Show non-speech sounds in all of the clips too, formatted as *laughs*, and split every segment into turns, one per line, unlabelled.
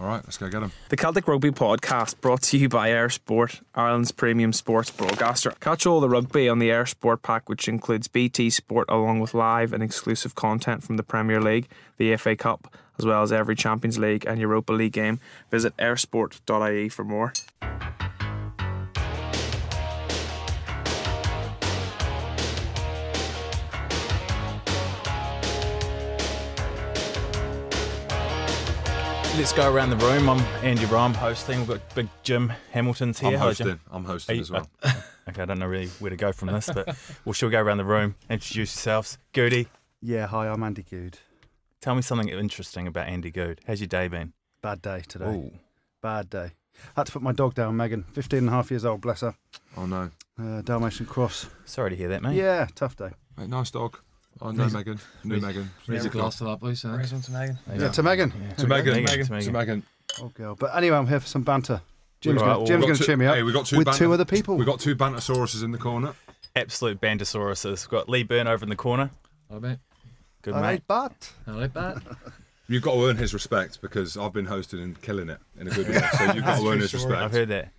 All right, let's go get him.
The Celtic Rugby Podcast brought to you by Air Sport, Ireland's premium sports broadcaster. Catch all the rugby on the Air Sport pack, which includes BT Sport along with live and exclusive content from the Premier League, the FA Cup, as well as every Champions League and Europa League game. Visit airsport.ie for more.
Let's go around the room. I'm Andy Ryan hosting. We've got big Jim Hamilton's here.
I'm
Hello, Jim.
hosting. I'm hosting
Are
as
you-
uh,
well.
*laughs* Okay, I don't know really where to go from this, but *laughs* we'll sure go around the room, introduce yourselves. Goody,
Yeah, hi, I'm Andy Good.
tell me something interesting about Andy Good. How's your day been?
Bad day today.
Oh.
Ooh.
Bad day. Had to put my dog down, Megan. 15 and a half years old, bless her.
Oh no,
Uh, Dalmatian Cross.
Sorry to hear that, mate.
Yeah, tough day.
Mate, nice dog. I know
Needs-
Megan. New
needs-
Megan.
Raise a glass to that, please. eh?
Yeah, to Megan.
To Megan. Megan.
Megan, to Megan.
To Megan.
Oh, girl. But anyway, I'm here for some banter. Jim's
Right,
going
well,
We've
Jim's
got
going to
two-
cheer me up
Hey, we got two
with
ban-
two other people.
We got two Bantasauruses in the corner.
Absolute bandosauruses. We've got Lee Byrne over in the corner.
All right, mate.
Good
All
mate.
right, but
All right, Bart.
You've got to earn his respect because I've been hosting and killing it in a good way. So
*laughs*
you've got to earn his respect.
I've heard that.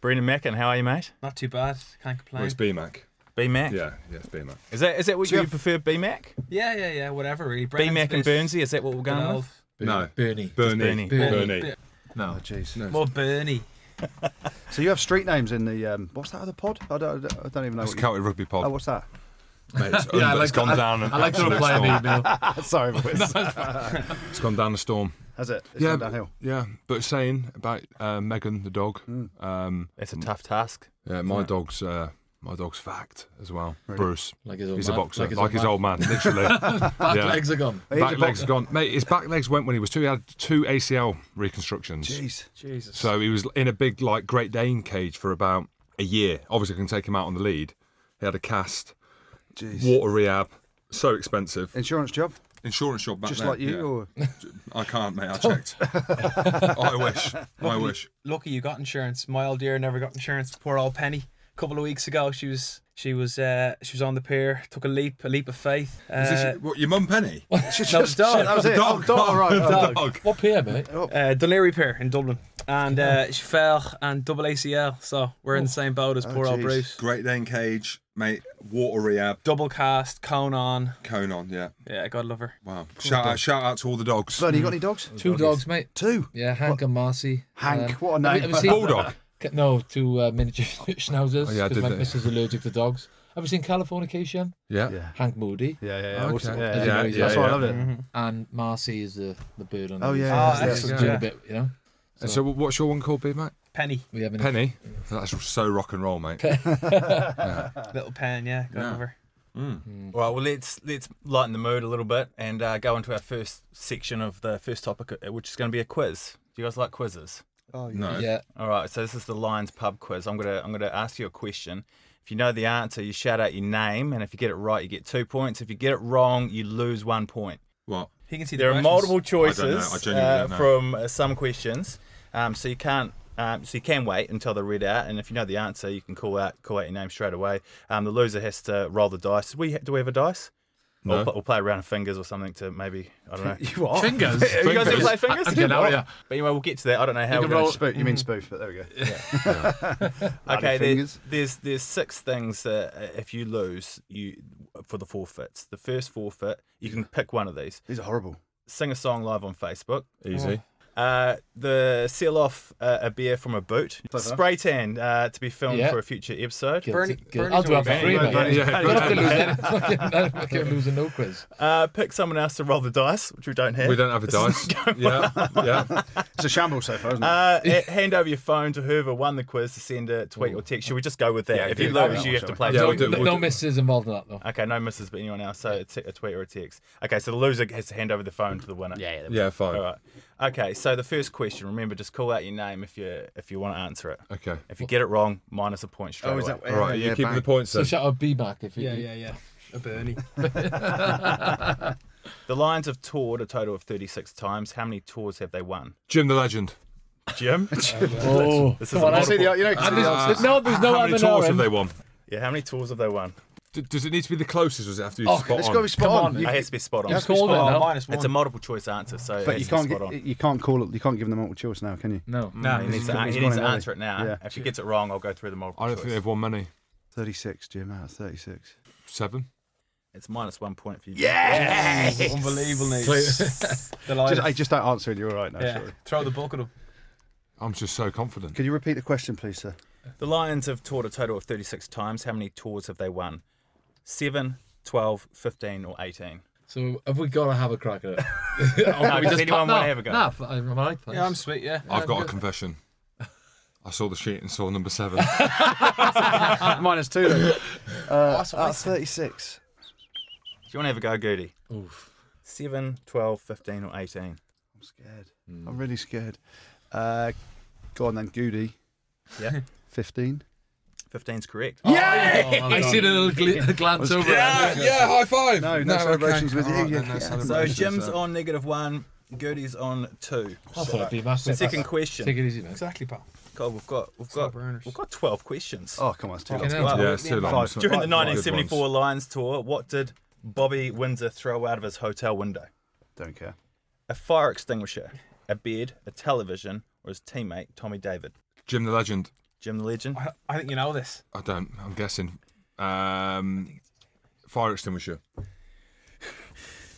Brendan Mackin, how are you, mate?
Not too bad. Can't
Well,
complain.
it's BMAC.
B Mac.
Yeah, yeah, it's BMAC.
Is that is that what
Do you
you,
have-
prefer? B Mac.
Yeah, yeah, yeah. Whatever, really.
B Mac and
Brennan's
Burnsy. Is that what we're
bit-
going
bit
with?
of-
*laughs* No,
Bernie.
Bernie.
Bernie.
Bernie.
bit-
oh
No.
jeez.
No.
More Bernie.
So you have street names in the um, what's that other pod? I don't, I don't even know.
It's
What you,
County Rugby Pod.
oh, what's that? *laughs*
Mate, it's,
Yeah, I
under-
like
it's gone
that.
down. an
I like to
absolute
reply
storm.
an
*laughs*
email.
Ah, Sorry, boys.
It's gone down the storm.
Has it? It's
Yeah,
gone
but-
downhill. Mm.
Yeah, but saying about uh, Megan the dog, um,
That's a tough task.
yeah, my
Yeah.
dog's uh, my dog's fact as well.
Really?
Bruce,
Like his old
he's
man.
a boxer, like, his old man, literally.
Back
yeah.
legs are gone.
He's a
back legs
boxer.
gone, mate. His back legs went when he was two. He had two ACL reconstructions.
Jeez.
Jesus.
So he was in a big like Great Dane cage for about a year. Obviously, I can take him out on the lead. He had a cast,
Jeez.
water rehab, so expensive.
Insurance job,
Insurance shop back
just
then,
like you.
yeah.
Or
I can't, mate. I checked. I wish. I wish.
lucky you got insurance. My old dear never got insurance. Poor old Penny. A couple of weeks ago, she was she was uh, she was on the pier, took a leap, a leap of faith. Uh,
Is this, what, your mum Penny?
no, it's dog.
that was Oh,
*laughs*
it.
Dog.
Oh, dog, all right. oh.
*laughs* Dog.
What pier, mate?
Uh, Dunleary Pier in Dublin, and uh, she fell and double ACL. So we're in the same boat as
Oh,
poor old
jeez.
Bruce.
Great Dane cage, mate. Water rehab,
Double cast, cone on.
cone on. Yeah.
Yeah, God love her.
Wow. Shout out, shout out to all the dogs.
Bloody, you got any dogs?
Two dogs, mate.
Two.
Yeah, Hank and Marcy.
Uh,
Hank,
Um,
what a
have you-
name.
have you seen-
Bulldog.
Ca- No, two uh, miniature *laughs* schnauzers.
Oh, yeah, I
'cause
did
my
that.
missus is allergic to dogs. Have you seen Californication?
*laughs*
Yeah.
Yeah.
Hank Moody
Yeah, yeah, yeah.
Okay.
awesome.
Yeah,
yeah,
yeah,
That's
yeah,
why I
yeah.
loved it.
and Marcy is the, the bird on
Oh,
the
yeah,
Oh,
yeah, yeah.
excellent.
Doing
Yeah.
a bit, you know.
And so, what's your one called, B Mac?
Penny,
We have an
Penny. That's so rock and roll, mate.
little pen. Yeah, God
Yeah.
love her.
Well, well, let's let's lighten the mood a little bit and uh, go into our first section of the first topic, uh, which is going to be a quiz. Do you guys like quizzes?
Oh,
No.
Yeah.
All right, so this is the Lions Pub quiz. I'm gonna I'm gonna ask you a question. If you know the answer, you shout out your name, and if you get it right, you get two points. If you get it wrong, you lose one point.
What?
He can see the
There are
questions.
multiple
I don't know. I
choices
genuinely
uh,
don't know.
from uh, some questions, um, so you can't. Um, so you can wait until they're read out, and if you know the answer, you can call out call out your name straight away. Um, the loser has to roll the dice. Do we do we have a dice?
No.
We'll, pl- we'll play a round of fingers or something to maybe I don't know.
*laughs* You are.
Fingers.
you guys ever play
Fingers.
fingers?
I- I get out,
What?
yeah.
But anyway, we'll get to that. I don't know how.
can
we're gonna
roll-
Spoof. You mean spoof, but there we *laughs* go. Bloody
Okay, there-
fingers.
there's there's six things that uh, if you lose, you for the forfeits. The first forfeit, you can pick one of these.
These are horrible.
Sing a song live on Facebook.
Easy.
Uh, the seal off uh, a beer from a boot. Spray tan uh, to be filmed
Yeah.
for a future episode.
Bernie-
Guilty, guilty.
Bernie's
I'll do it for
already
free,
banned.
mate.
Yeah,
I
Bernie-
don't
*laughs*
have to lose any- fucking- I don't lose a no quiz.
Uh, pick someone else to roll the dice, which we don't have.
We don't have a
This is-
dice. yeah. Yeah.
It's a shambles so far, isn't it?
Uh, h- hand over your phone to whoever won the quiz to send a tweet or text. Should we just go with that? if you
yeah,
lose,
yeah,
you have to
sure.
play.
Yeah, we'll
tweet.
do-
No, no misses involved in that though.
Okay, no misses, but anyone else? So it's a tweet or a text. Okay, so the loser has to hand over the phone to the winner. Yeah.
Yeah.
All
Fine.
right. Okay, so the first question. Remember, just call out your name if you if you want to answer it.
Okay.
If you get it wrong, minus a point straight
Oh,
away.
is that
All right. Are you
yeah,
keeping
bang.
the points
So
then?
shout out B Mac if you.
*laughs* Yeah, yeah, yeah. A Bernie.
The Lions have toured a total of 36 times. How many tours have they won?
Jim the legend.
Jim?
Oh,
This is
come on,
a
I
*laughs*
see
See the, you know,
And there's, there's no, there's no
Ah, How
M
many
and
tours
R
have
in.
they won?
yeah, how many tours have they won?
D- does it need to be the closest? Or does it have to be
Oh,
spot
Let's
on?
go with spot
on.
on. You-
it has to be spot on.
It's called it
Oh,
now.
minus one.
It's a multiple choice answer, so
but
it
you
has to
can't
be spot on.
get, you can't call it. You can't give them multiple choice now, can you?
No.
No, he needs
he's
to,
gone-
he
he's
needs
gone
to
early.
answer it now.
Yeah.
If he gets it wrong, I'll go through the multiple
I don't
choice.
think they've won many.
Thirty-six, Jim. Out of thirty-six.
Seven.
It's minus one point for you.
Yeah, unbelievable news.
Just,
Delighted.
I just don't answer it. You're all right now.
yeah.
Sorry.
Throw the book at him.
I'm just so confident.
Could you repeat the question, please, sir?
The Lions have toured a total of 36 times. How many tours have they won? 7, 12, 15, or 18?
*laughs* So have we got to have a crack at it?
does anyone wanna have a go?
Nah, I'm all right. Thanks.
Yeah, I'm sweet. Yeah.
I've got a confession. I saw the sheet and saw number *laughs* seven.
Minus two. Then. *laughs* Uh, out of thirty-six.
Do you want to have a go, Goody?
Oof.
7, 12, 15, or 18?
I'm scared. I'm really scared. Uh, go on then, Goody.
Yeah.
*laughs* Fifteen.
15's correct.
Oh, well *laughs*
I
I
see
see
the
the little glance over.
high five.
No, no celebrations with you,
All right,
yeah,
then, no
yeah.
So
celebrations,
Jim's
uh,
on negative 1, Goody's on 2.
I thought it'd be massive.
Second question.
Take it easy, man.
Exactly, pal.
God, we've got we've
Slow
got
burners.
we've got 12 questions.
Oh come on, it's too
Fucking
long.
hell.
Yeah, it's too long.
Five.
It's not-
During the
Good ones.
1974 Lions tour, what did Bobby Windsor throw out of his hotel window?
Don't care.
A fire extinguisher, a bed, a television, or his teammate Tommy David?
Jim the Legend.
Jim the Legend.
I, I think you know this.
I don't. I'm guessing. Um, fire extinguisher.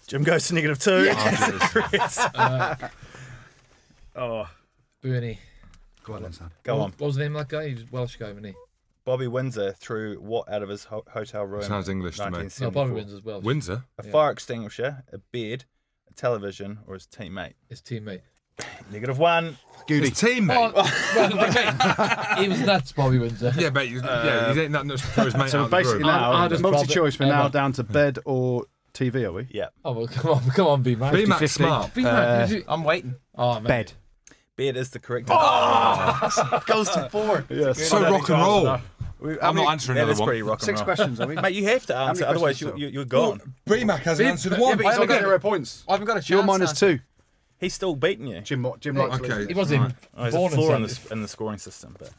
Jim goes to negative two. *laughs*
*laughs* Uh,
oh,
Bernie.
Go on, then, son.
go
what,
on.
What was the name of that guy? He was Welsh guy, wasn't he?
Bobby Windsor threw what out of his ho- hotel room?
Sounds English to me.
No,
1974?
Bobby wins as well.
Windsor.
A fire extinguisher, a bed, a television, or his teammate?
His teammate.
Negative one.
His teammate.
*laughs* he was nuts, Bobby Windsor.
Yeah, but you- yeah, you ain't that nuts to throw his mate
So
out of the room.
basically
I'll-
now,
I'll just
multi choice. We're now
probably-
down to bed or TV. Are we?
Yeah.
Oh, well, come on, come on, B Mac.
Be Mac smart.
B Mac. did you-
I'm waiting.
Oh, man.
Bed.
Bed is the correct answer.
Goes to four. *laughs* Yes.
So rock and roll.
We- how
I'm
many-
not answering
That
another
is
one.
pretty rock and
Six
roll.
questions. *laughs* Are we?
Mate, you have to answer,
many
otherwise you,
questions
you, you're gone.
Mac hasn't answered one.
He's only got zero points.
I haven't got a chance.
You're minus
to answer.
two.
He's still beating you.
Jim, Mo- Jim likes
Okay.
losing
He
it.
wasn't
Oh, there's
born
a flaw in
in
the, s- in the scoring system. But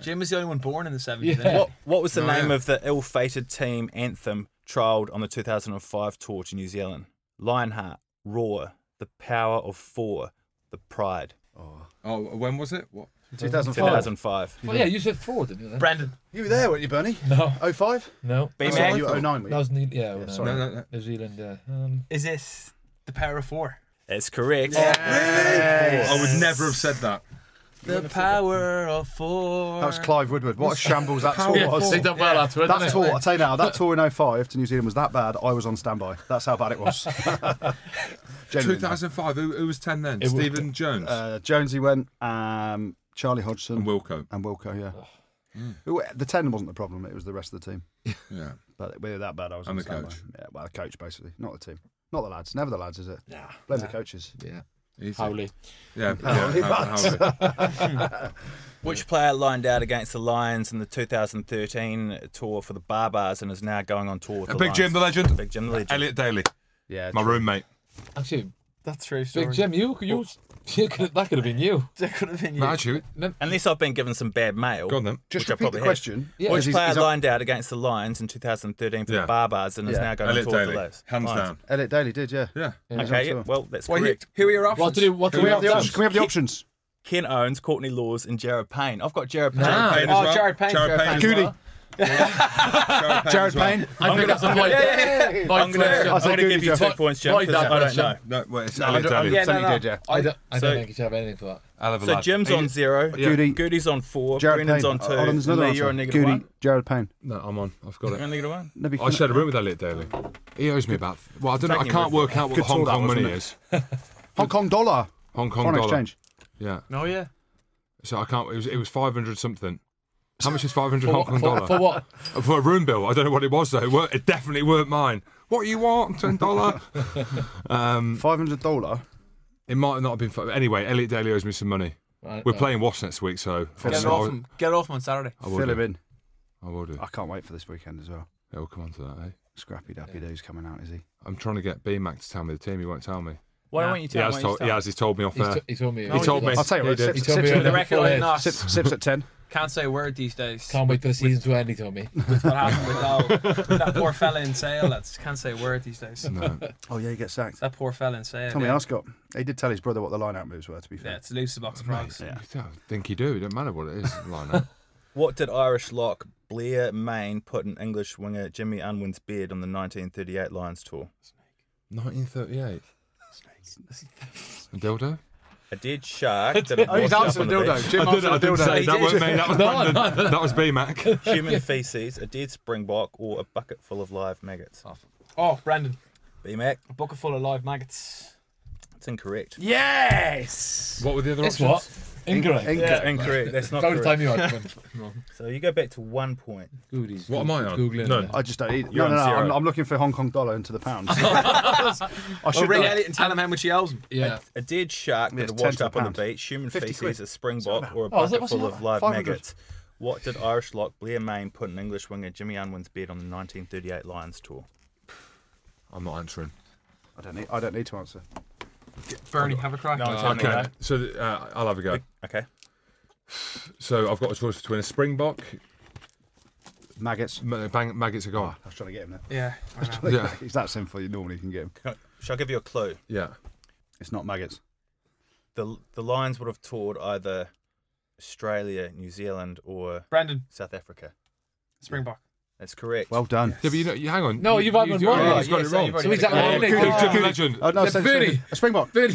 Jim is the only one born in the 70s.
Yeah.
isn't he?
what, what was the
No,
name
yeah.
of the ill-fated team anthem trialled on the 2005 tour to New Zealand? Lionheart, Roar, The Power of Four, The Pride.
Oh, when was it? What?
2005.
2005.
Well, yeah, you said four, didn't you? Then?
Brendan.
You were there, weren't you, Bernie?
No,
05?
no.
B
Sorry,
Mac,
you were 09, were you?
That was New, yeah, well, no,
sorry.
No, no, no.
New Zealand. Yeah. Um,
Is this the power of four?
that's correct.
I would never have said that.
The power of four.
That was Clive Woodward. What a shambles that tour was.
They done well afterwards.
That
didn't
tour,
they?
I tell you now, that tour in 05 to New Zealand was that bad. I was on standby. That's how bad it was. Genuinely.
2005. Who, who was 10 then?
It was-
Stephen Jones
Uh, Jonesy went. Um, Charlie
and
Hodgson
Wilco.
and Wilco. Yeah. Who- uh, The ten wasn't the problem. It was the rest of the team.
Yeah.
But we were that bad. I was
And
on
the
standby.
coach.
Yeah, well, the coach basically, not the team, not the lads. Never the lads, is it? Yeah. Blame the coaches.
Yeah.
Easy.
Howley.
Yeah. yeah, Howley, Howley.
Which player lined out against the Lions in the 2013 tour for the Barbars and is now going on tour with
Uh,
the
Big Jim the
Lions?
legend.
Big Jim the Legend.
Elliot Daly,
Yeah.
my roommate.
Actually,
That's true. Story.
Big Jim, you, you, you could, that could have been you.
That could have been you.
No, actually,
Unless I've been given some bad mail.
go on then.
Just
Which I
repeat
probably
the
have.
question.
Yeah.
Which
'cause he's-
player
he's on-
lined out against the Lions in 2013 for
Yeah.
the Barbars and is
Yeah.
now going
Elliot
on tour with
Daly,
the Lions?
hands
Lions.
down.
Elliot Daly did, yeah.
Yeah.
Yeah.
Okay,
on
yeah,
tour.
well, that's
Well, he-
correct.
Who are your options?
What to do? What to
Can we have the
do?
options? Can we have the options?
Ken Owens, Courtney Laws, and Jared Payne. I've got Jared Payne.
Nah.
Payne as
Oh,
well.
Jared Payne, Jared
as
Payne.
well. Jared Payne.
Jared
as well.
Payne.
I think that's a
I'm going
point. Point
I
to
said Goody
give you two
Jared.
points, Jim,
Right,
because
that
I don't
question.
know.
No, wait, it's
No,
Elliot
I don't-
Daly.
yeah, no,
Somebody
no.
did, yeah.
I don't, I
So-
don't think you should have anything for that.
I'll have a
So
lad.
Jim's on zero,
Goody.
Goody's on four,
Jared
Brennan's
Payne.
on two,
Oh, there's
and
another
Lee,
answer.
you're on negative
Goody,
one.
Jared Payne.
No, I'm on. I've got
You're
it.
on negative one.
No,
*laughs* I shared a room with Elliot Daly. He owes me about. Well, I don't know. I
Thank you,
can't
Ruth.
work out what the
Good
Hong
tour that
Kong
was,
money
wasn't it?
is.
Hong Kong dollar.
Hong Kong
Foreign
dollar.
exchange.
Yeah.
Oh, yeah.
So I can't. It was, it was 500 something. How much is 500 Hong
For,
Kong
for,
dollar? Uh,
for what?
for a room bill. I don't know what it was though. It, weren't, it definitely weren't mine. What you want? Ten dollar? um,
Five hundred dollar.
it might not have been. Fun. Anyway, Elliot Daly owes me some money.
Right,
We're
no.
playing Wash next week, so
Get
Get
it
I,
off
will-
him. Get off him on Saturday.
I will
Fill him
do.
in.
I will do.
I can't wait for this weekend as well.
Yeah, we'll come on to that. Eh?
Scrappy Dappy Doo's coming out, is he?
I'm trying to get B Mac to tell me the team. He won't tell me.
Why
Nah.
don't you
He
tell
has,
why don't you
told,
tell
he has. He's told me off
He's
air.
t- he told me.
he told me.
I'll tell you
He
what.
did.
Sips,
He told
sips
me
at-
on
The record
Four
ain't
days.
nuts.
sips- sips at ten.
Can't say a word these days.
Can't wait for the season to end, he told me.
That's what happened with, *laughs* oh, with that poor fella in sale. That's can't say a word these days.
No.
Oh yeah, he gets sacked.
That poor fella in sale.
Tommy
yeah.
Ascot. He did tell his brother what the line-out moves were. To be
Yeah,
fair,
it's a loose box of frogs.
I don't think you do. It doesn't matter what it is. Line *laughs* up.
What did Irish lock Blair Main put in English winger Jimmy Unwin's beard on the 1938 Lions tour?
1938. A dildo?
A dead shark did it
oh, he's
wash up
answered
on
the
the
dildo.
beach?
Jim answered the dildo.
say that wasn't me. That
*laughs*
was Brandon. That was B Mac.
Human feces, a dead springbok, or a bucket full of live maggots?
Oh, Brandon,
B Mac,
a bucket full of live maggots.
it's incorrect.
Yes.
*laughs* What were the other
It's
options?
what? Incorrect.
Inc-
Yeah, incorrect. That's not
Only time
correct.
you had one.
So you go back to one point.
*laughs* Goodies.
What am I on?
Googling.
No.
it.
I just don't eat.
You're
No, no, no.
on
I'm,
zero.
I'm looking for Hong Kong dollar into the pound. I
Well,
should.
ring
know.
Elliot and tell him how much he owes him.
Yeah.
A dead shark
Yeah,
that
it's
had
10
washed
to a
up on the
pound.
beach, human
50
feces,
quid.
a springbok, or a
Oh, is
bucket
it- what's
full
it-
of live
500.
maggots? What did Irish lock Blair Main put an English winger Jimmy Unwin's beard on the 1938 Lions tour?
I'm not answering.
I don't need. I don't need to answer.
Bernie, have a crack.
No, it's
Okay.
okay.
So uh, I'll have a go.
Okay.
So I've got a choice between a springbok,
Maggots.
ma- bang, maggots are gone.
I was trying to get him there. *laughs*
*laughs* Yeah. I know.
Yeah.
He's that simple. You normally can get him.
Shall I give you a clue?
Yeah.
It's not maggots.
The the Lions would have toured either Australia, New Zealand, or
Brandon,
South Africa.
Springbok.
That's correct.
Well done.
Yeah, but you know, you hang on.
No,
You-
you've had
you-
one
you-
wrong.
you
Oh,
just got
yeah,
it
so
wrong.
you've already
So he's
got
at
it.
one
Yeah,
Nick.
Kudu,
Oh.
Kudu legend.
Oh no, so
Bernie.
a springbok.
*laughs* Really?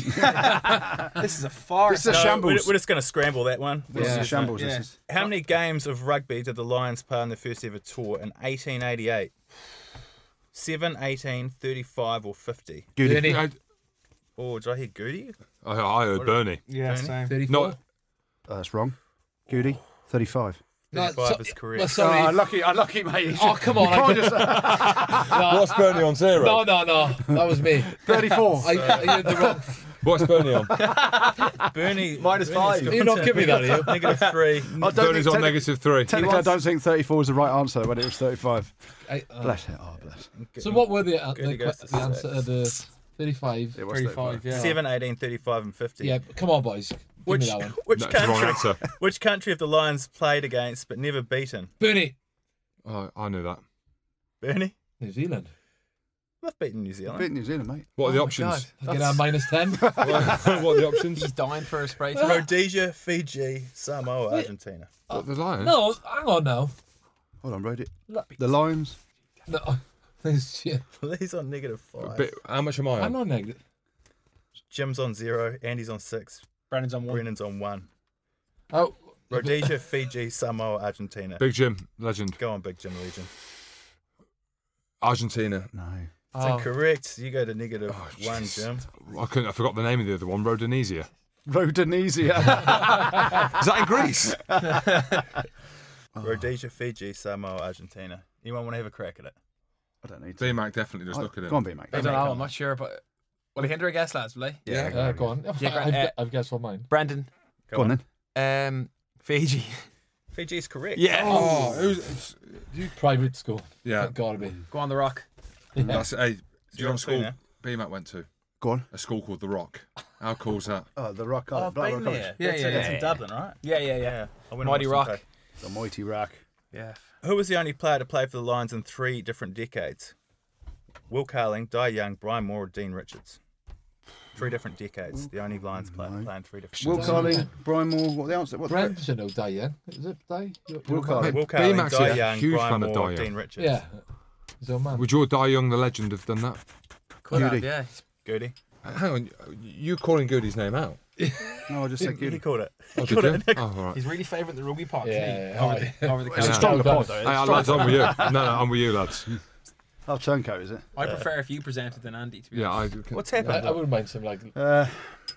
This is a farce.
This is a
No, we're,
shambles.
we're just going to scramble that one.
This is
Yeah.
a shambles.
Yeah.
This is.
How many games of rugby did the Lions play on their first ever tour in 1888? 7, 18, 35, or 50?
Good.
Bernie.
I,
Oh, did I hear Goody?
I I heard Bernie.
yeah,
Bernie?
same.
34.
No,
Uh, that's wrong. Goody. Thirty-five. Uh,
No,
35
so-
is correct.
well, sorry.
lucky, unlucky, mate.
Ah, Oh, come on. I just,
what's Bernie on zero?
*laughs* no, no, no. That was me.
Thirty-four.
I, I, you're the wrong.
What's Bernie on?
Bernie. Bernie's
Minus five.
got
You're not giving me that,
*laughs*
are you?
Negative 3.
I don't
Bernie's on
think techni-
negative three.
Technically, I don't think 34 was the right answer when it was 35.
I, uh,
Bless it. Oh, bless.
so what were the, uh,
Good,
the,
it goes
que-
to
the answer?
six.
Uh, the 35.
It was
35, yeah.
7, 18, 35, and 50.
Yeah, come on, boys. Give
Which,
me that one.
*laughs* which,
That's the wrong
country,
answer.
*laughs* which country have the Lions played against but never beaten?
Bernie.
Oh, I knew that.
Bernie?
New Zealand.
They've beaten New Zealand.
Beat New Zealand, mate.
What are the
Oh my
options?
God. I'll get our minus Uh, 10.
*laughs* what are the options?
*laughs*
He's dying for a spray.
Rhodesia, Fiji, Samoa, Argentina. *laughs*
What, the Lions?
no, hang on now.
Hold on, wrote it.
Look.
The Lions.
No. *laughs* This shit.
He's on negative five.
Bit- how much am I
I'm
on?
not negative.
Jim's on zero. Andy's on six.
Brandon's on one.
Brennan's on one.
Oh,
Rhodesia, Fiji, Samoa, Argentina.
Big Jim, legend.
Go on, Big Jim Legion.
Argentina.
No.
It's
Oh.
incorrect. You go to negative
Oh,
one,
jeez.
Jim.
I couldn't. I forgot the name of the other one. Rhodesia.
Rhodesia.
Is that in Greece? *laughs*
Oh.
Rhodesia, Fiji, Samoa, Argentina. Anyone want to have a crack at it?
I don't need to.
B Mac definitely does look at it.
Oh, Go on, B, mate.
I don't know, I'm not sure, but. Will he hinder a guess, lads, will he?
Yeah,
uh, go on. *laughs*
Yeah, gra-
I've, gu-
uh,
I've guessed one mine.
Brandon,
Go on then.
um, Fiji.
Fiji is correct.
Oh, who's-
Private school.
yeah.
Gotta be.
Go on the rock.
That's hey. Do you know
on
what school
Tuna.
B Mac went to?
Go on.
A school called The Rock. How cool's that?
Oh, the Rock.
Oh,
Oh,
I've
Black
been
Rock
there.
College.
Yeah,
That's
yeah,
it. That's
yeah.
in Dublin, right?
Yeah, yeah, yeah.
Yeah. I went and watched
Mighty
them
Rock.
play.
The mighty Rock.
Yeah.
Who was the only player to play for the Lions in three different decades? Will Carling, Di Young, Brian Moore, or Dean Richards. Three different decades. The only Lions player to play in three different.
Will Carling, Brian Moore. What the answer? What the
Brent should know Diane. eh? Is it Diane?
Will Carling.
Will Carling,
B-Max
Di
is a
Young,
huge
Brian
fan of
Moore,
Di Young.
Dean Richards.
Yeah. His own man.
Would your Die Young the legend have done that?
Could have,
Goody.
yeah.
Goody.
Uh, Hang on, you calling Goody's name out?
No, I just
He
said Goody.
called it.
Oh, did you? Oh, all right.
He's really favouring the rugby pot.
yeah.
Over
alright. *laughs*
the, over the
It's a
counter.
strong
Yeah.
pod, though.
Hey,
It's a
lads,
strong-
I'm with you. No, no, I'm with you, lads.
Oh, turncoat, is it?
I prefer if you presented than Andy, to be
Yeah, I.
What's
I,
happened?
I wouldn't mind some like.
Uh,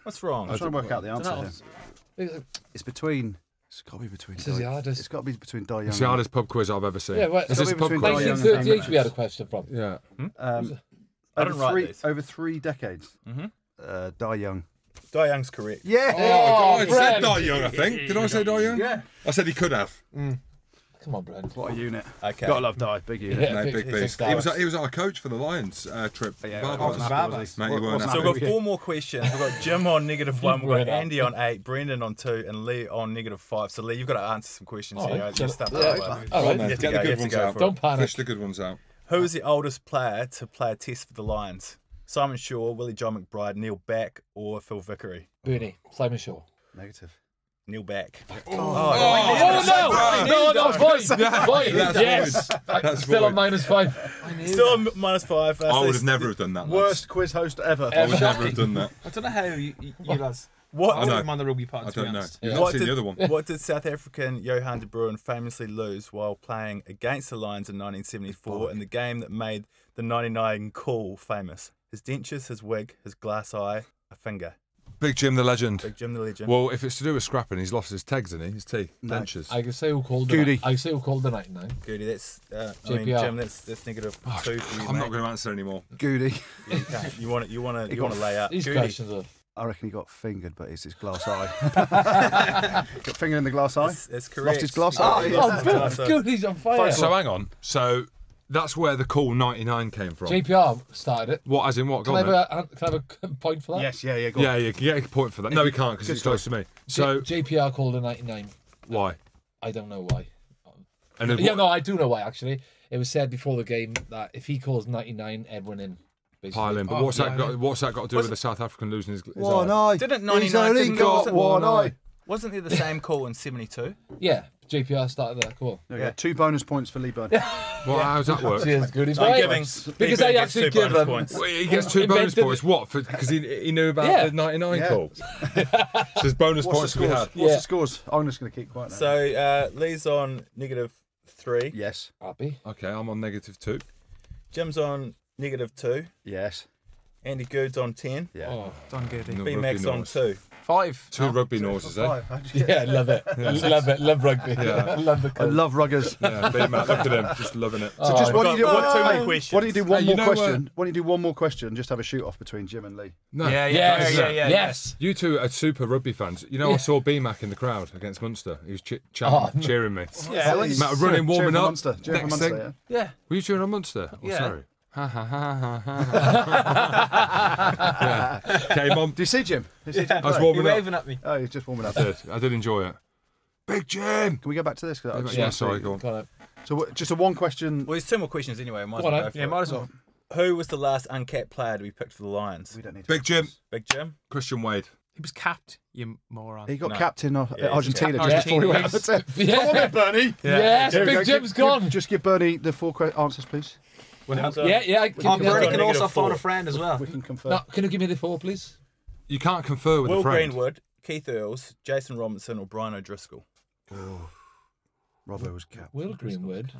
What's wrong?
I'm trying to work out the
honest.
answer
Dunno.
here. It's between. It's got to be between.
This is
Di-
the hardest.
It's got to be between Die Young.
It's the hardest pub quiz I've ever seen.
Yeah, right.
Is this a pub
Between
quiz?
Di Young and
1938 we had a
Hamlet.
question from.
Yeah.
Um,
I
over
didn't write
three
these.
over three decades.
Mhm.
Uh, Die Young.
Di Young's correct.
Yeah.
Oh,
I said
Brent.
Die Young, I think. Did I say Die Young?
Yeah.
I said he could have.
Come on, Brent.
What a unit.
Okay.
Gotta love Dive, big unit.
Yeah,
No,
big-
big
big
beast.
Dallas.
He was, he was our coach for the Lions uh, trip. Barbados.
wasn't
Mate, you weren't
So we've got four more questions. We've got Jim on negative one, we've
Right
got
up.
Andy on eight, Brendan on two, and Lee on negative five. So Lee, you've got to answer some questions
All
here.
right.
Let's start
Yeah.
that way.
All right.
Get
You have to go-
the
you
good
have to
ones
go
out.
for it.
Don't panic.
Fish the good ones out.
Who is the oldest player to play a test for the Lions? Simon Shaw, Willie John McBride, Neil Back, or Phil Vickery?
Booney, Simon Shaw.
Negative.
Neil Back.
Oh, no, no, no, it's fine. Fine.
That's
Yes.
fine. That's
Still
fine.
on minus five.
Still a m- minus five. Uh,
I
so
would
s-
have never have done that. lads.
Worst quiz host ever.
I would never have done that.
I don't know how you, you, you lads.
I
I
What,
know.
don't mind the rugby
I
part. To be
don't know.
honest.
You've
Yeah.
not
What
seen
did-
the other one.
what did South African Johan de Bruin famously lose while playing against the Lions in 1974 in the game that made the 99 call famous? His dentures, his wig, his glass eye, a finger.
Big Jim the legend.
Big Jim the legend.
Well, if it's to do with scrapping, he's lost his tags, and he? His teeth, dentures.
I can say who called
Goody.
the I say who called the 99.
Goody, that's uh, I mean,
JPR.
Jim, that's that's negative two for you,
I'm not
mate.
going to answer anymore.
Goody.
You can't- You want to you want to you
got
want to lay up.
These
Goody.
questions are
I reckon he got fingered, but it's his glass eye. *laughs* got fingered in the glass eye.
That's, that's correct.
Lost his glass
You
eye.
got- you
Oh,
lost his
Bill,
glass eye.
good, he's on fire.
So hang on. So that's where the cool 99 came from.
JPR started it.
What? As in what? Go
Can I,
on,
have
then.
a, can I have a *laughs* point for that?
Yes, yeah, yeah. Go
Yeah, yeah. Get a point for that. No, he can't because
Good
he's close to me.
J-
So
JPR called a 99.
why?
I don't know why.
And then
Yeah,
what-
no, I do know why, actually. It was said before the game that if he calls 99, everyone in. Basically.
pile in. But
Oh,
what's that?
yeah,
Got, what's that got to do with the South African losing his? his
One
eye?
eye.
Didn't
He's
99
only
didn't
got
he?
one eye.
Wasn't there the same call in '72?
Yeah, JPR started that. Cool.
There we go. Two bonus points for Lee Bird.
Well, how's that work?
Cheers, goodies.
I'm
Right.
giving
Because I actually give them-
Well, he gets two
Invented
bonus
it.
points. What? Because he, he knew about
Yeah.
the 99
Yeah.
call. so there's bonus
What's the
points to be
scores?
had.
What's
Yeah.
the scores? I'm just going to keep quiet now.
So uh, Lee's on negative three.
yes,
Happy.
Okay, I'm on negative two.
Jim's on negative two.
yes,
Andy Good's on ten.
yeah.
Oh,
Done goody.
No
B Max
rugby
on
noise.
two.
Five.
Two rugby noises, eh?
Five, how'd you get-
*laughs* yeah, love it. Love it. Love rugby. *laughs* love the
I
colour.
love ruggers.
Yeah, B Mac, look at him, just loving it.
Oh,
So just
I've
got
why don't you do
one
one-
too many
why
questions.
don't you do one
Hey,
more
you know uh, what?
question? Why don't you do one more question? Just have a shoot off between Jim and Lee.
No.
Yeah, yeah,
Yes.
yeah, yeah, yeah.
Yes.
You two are super rugby fans. You know, I saw B Mac in the crowd against Munster. He was ch-
Oh,
chatting,
no.
cheering me.
Yeah,
Lee,
Matt,
*laughs*
running,
cheering
warming
for
up.
Munster. Cheering for
Next
Munster,
thing.
yeah.
yeah.
Were you cheering on Munster? Oh,
Yeah.
sorry. Ha ha ha ha ha, ha. yeah. Came on.
Do you see Jim? Do you see Jim
I was
play?
You're
warming up.
waving at me.
Oh, he's just warming up.
I
Can
did. I did enjoy it. Big Jim.
we go back to this? 'Cause I just
Yeah,
wanna
sorry,
see-
go on.
Got it.
So what- just a one question.
Well, there's two more questions anyway. Might as
Go on,
well
eh?
go for
Yeah,
it.
might as well.
Who was the last uncapped player to be picked for the Lions?
We don't need to
Big Jim.
Big Jim.
Christian Wade.
He was capped, you moron.
He got
No.
captain of
Yeah,
Argentina
he's
just before
Argentina,
he went out
yes.
there.
Yeah.
Come on
*laughs*
then, Bernie.
Yes,
Here we go.
Big Jim's
Give- give-
gone.
Just give Bernie the four correct answers, please.
Jim's on-
Yeah, yeah. I- Can,
Oh,
you-
Bernie
on
can
negative
also phone
four.
a friend as well.
We can confirm.
no, can you give me the four, please?
You can't confer with
Will
a friend.
Greenwood, Keith Earls, Jason Robinson, or Brian O'Driscoll?
Robbo was cap.
Will Greenwood.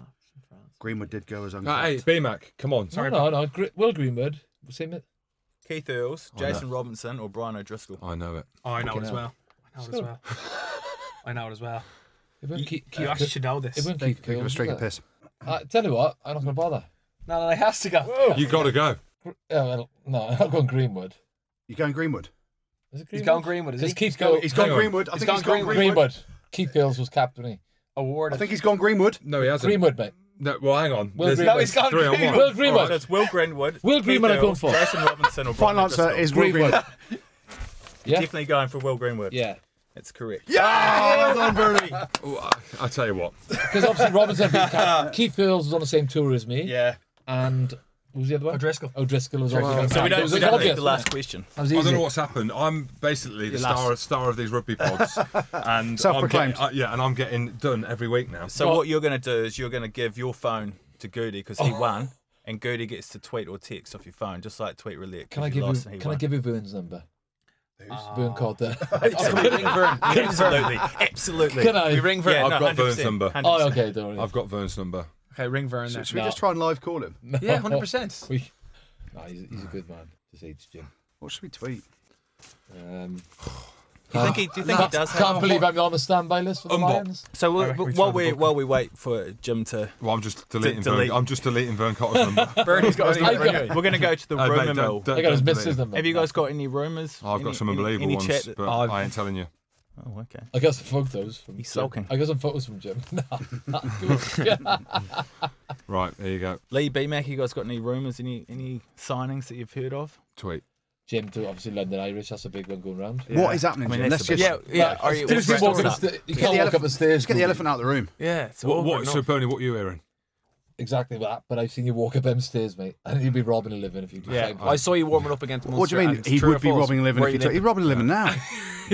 Greenwood did go as
Uh, hey,
uncapped.
B Mac, come on.
No, no, no. Gre- Will Greenwood. Same it.
Keith Earls, Jason Robinson, or Brian O'Driscoll?
I know it.
Oh, I know it
Fucking
as well. I know it as well. I know it
*laughs*
as well.
It won't keep.
You actually should know
It
this.
won't keep.
Give him a string of piss.
Uh, tell you what, I'm not going to bother.
No, no, it has to go.
You got to go.
Gr- Oh, well, no, *laughs* I'm not going Greenwood.
You going Greenwood?
Is it
He's
Greenwood?
gone Greenwood, is he?
Because Keith
Oh,
Girls.
he's gone
on.
Greenwood. I
He's
think
gone
he's gone
Greenwood.
Greenwood.
Greenwood. Keith Girls was captain. wasn't
I
Awarded.
think he's gone Greenwood.
No, he
he?
hasn't.
Greenwood, mate.
No, well, hang on.
Will
There's-
Greenwood.
No, he's gone
Three on
Greenwood.
one.
Will
So
Greenwood.
it's Will Greenwood.
Will
Keith
Greenwood I'm going
Earls,
for.
Jason Robinson or Brian
Final answer
O'Driscoll?
uh, is Will
Greenwood.
*laughs* Greenwood.
Yeah.
Definitely going for Will Greenwood.
Yeah.
That's correct.
Yeah, well
*laughs*
done, Bernie.
Oh, I- I tell you what.
Because obviously Robinson beat Cap. Keith Girls was on the same tour as me.
Yeah.
And who was the other one?
O'Driscoll.
O'Driscoll was on the same
So we
It
don't,
was
we don't
obvious,
need the last question.
That was
I don't
easy.
know what's happened. I'm basically the star star of these rugby pods, and
Self-proclaimed.
I'm getting, uh, yeah, and I'm getting done every week now.
So what you're going to do is you're going to give your phone to Goody because he won, and Goody gets to tweet or text off your phone, just like tweet roulette.
Can
'cause
I give
lost and
you?
he
Can I
won. *laughs*
give you Vern's number? Vern called there. *laughs*
Yeah, absolutely, absolutely.
Can I?
We ring Vern.
Yeah,
I've
no,
got Vern's
100%,
number.
100%.
Oh, okay, don't worry.
I've got Vern's number.
Okay, ring Vern there.
Should we
No.
just try and live call him?
Yeah, 100%.
We- Nah, he's, he's a good man. Just age Jim.
What should we tweet?
Um,
Do you think he, do you think he does?
can't
have-
believe I'm on the standby list for the
Unbox.
Lions.
So we'll,
reckon we
while
tried the
we
book.
while we wait for Jim to,
Well, I'm just deleting.
delete.
Vern, I'm just deleting Vern Cotter's number.
Bernie's got
his number anyway.
We're going to go to
*laughs*
the
No, mate,
rumor
don't-
mill.
don't-
I got his
don't delete
missus
it.
number.
Have you guys got any rumors?
I've got some unbelievable ones, but I ain't telling you.
Oh, okay.
I got some photos from.
He's
Jim.
sulking.
I got some photos from Jim. *laughs* no,
Right, there you go.
Lee B Mac, you guys got any rumours, any any signings that you've heard of?
Tweet.
Jim to obviously London Irish. That's a big one going round.
What is happening?
I mean,
Jim?
that's
Let's
the
just
Yeah, yeah.
*laughs*
Are you,
Dude,
what's
you,
the
walk up a
story?
sta-
the
you can't walk
elephant-
up the stairs.
let's get the
Google.
elephant out of the room.
Yeah. It's
What,
over
what,
and
so,
off.
Bernie, what are you hearing?
Exactly that. But I've seen you walk up them stairs, mate, and you'd be robbing a living if you.
Yeah, I saw you warming up against Munster.
What do you mean?
and it's
He
true
would
or
be
false?
robbing a living
Where
if he
you
took. He's
live?
robbing a living now.
*laughs*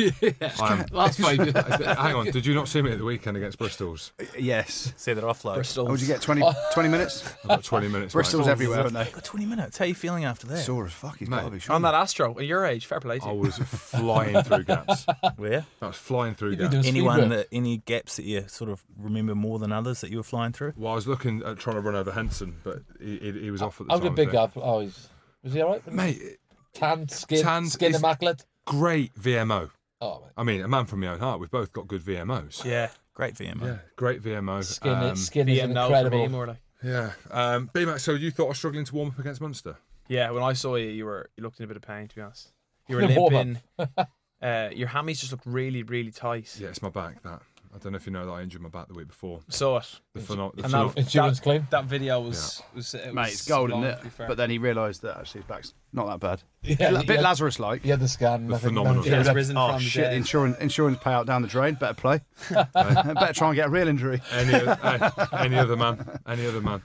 I am-
Last five years.
hang
*laughs*
on, did you not see me at the weekend against Bristol's?
yes.
Say that offload.
How
Oh,
would you get 20, 20
*laughs*
minutes?
About 20 minutes. mate.
Bristol's everywhere, aren't they?
Got 20 minutes. How are you feeling after that?
Sore as fuck. He's
Mate,
got to be sure.
on that Astro at your age? Fair play to
I
you.
was flying through gaps.
Where?
That was flying through
been
gaps.
doing-
Anyone
Speedway.
that any gaps that you sort of remember more than others that you were flying through?
Well, I was looking at trying to run over Henson, but he, he, he was off at the
How
time.
did Big
so-
Gav? Oh, he's was he all right?
Mate,
Tanned skin,
Tanned
skin
is-
immaculate.
great VMO.
Oh, mate.
I mean, a man from my own heart. We've both got good VMOs.
Yeah.
Great VM.
Yeah, great VMO.
skin,
um,
skin is
Yeah,
an
no, for me
incredible.
more like.
Yeah. Um, B-Mac, so you thought I was struggling to warm up against Munster?
Yeah, when I saw you, you were you looked in a bit of pain. To be honest, you *laughs* were
The warm-up.
limping. uh, your hammies just looked really, really tight.
Yeah, it's my back, that. I don't know if you know that I injured my back the week before.
Saw it.
The pheno- the
And that-
pheno-
Insurance
that,
claim.
That video was was, it was
Mate, it's golden,
long,
isn't
to be
it?
fair.
But then he realised that actually his back's not that
*laughs*
bad.
Yeah,
a bit
yeah.
Lazarus like.
He had the scan. nothing-
phenomenal.
nothing-
It has
yeah.
risen
Oh
from the
shit!
dead.
Insurance insurance payout down the drain. Better
*laughs*
play. *laughs* Better try and get a real injury.
any, oth- eh, any other man, any other man.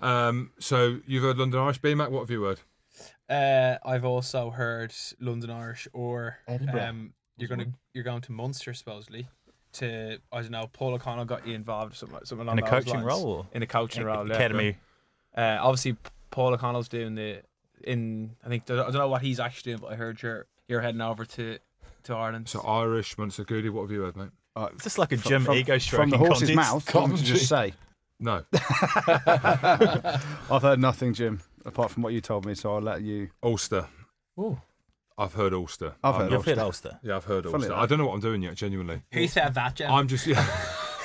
Um, so you've heard London Irish B Mac. What have you heard?
Uh, I've also heard London Irish or
Edinburgh
um, you're gonna you're going to Munster supposedly to I don't know. Paul O'Connell got you involved or something, like- something along
In a
those
coaching
lines.
role or
in a coaching role. yeah.
Academy.
Uh, obviously, Paul O'Connell's doing the in. I think I don't know what he's actually doing, but I heard you're you're heading over to to Ireland.
So Irish Munster Goody. What have you heard, mate?
It's just like a gym
from,
ego
from
stroking
the horse's
contest.
mouth. What would you just say?
*laughs*
No.
I've heard nothing, Jim, apart from what you told me. So I'll let you.
Ulster.
Ooh.
I've heard Ulster.
I've
I'm
heard
not-
You've heard Ulster.
Yeah, I've heard
Funny
Ulster.
that.
I don't know what I'm doing yet. Genuinely,
Who said that, Jim?
I'm just yeah.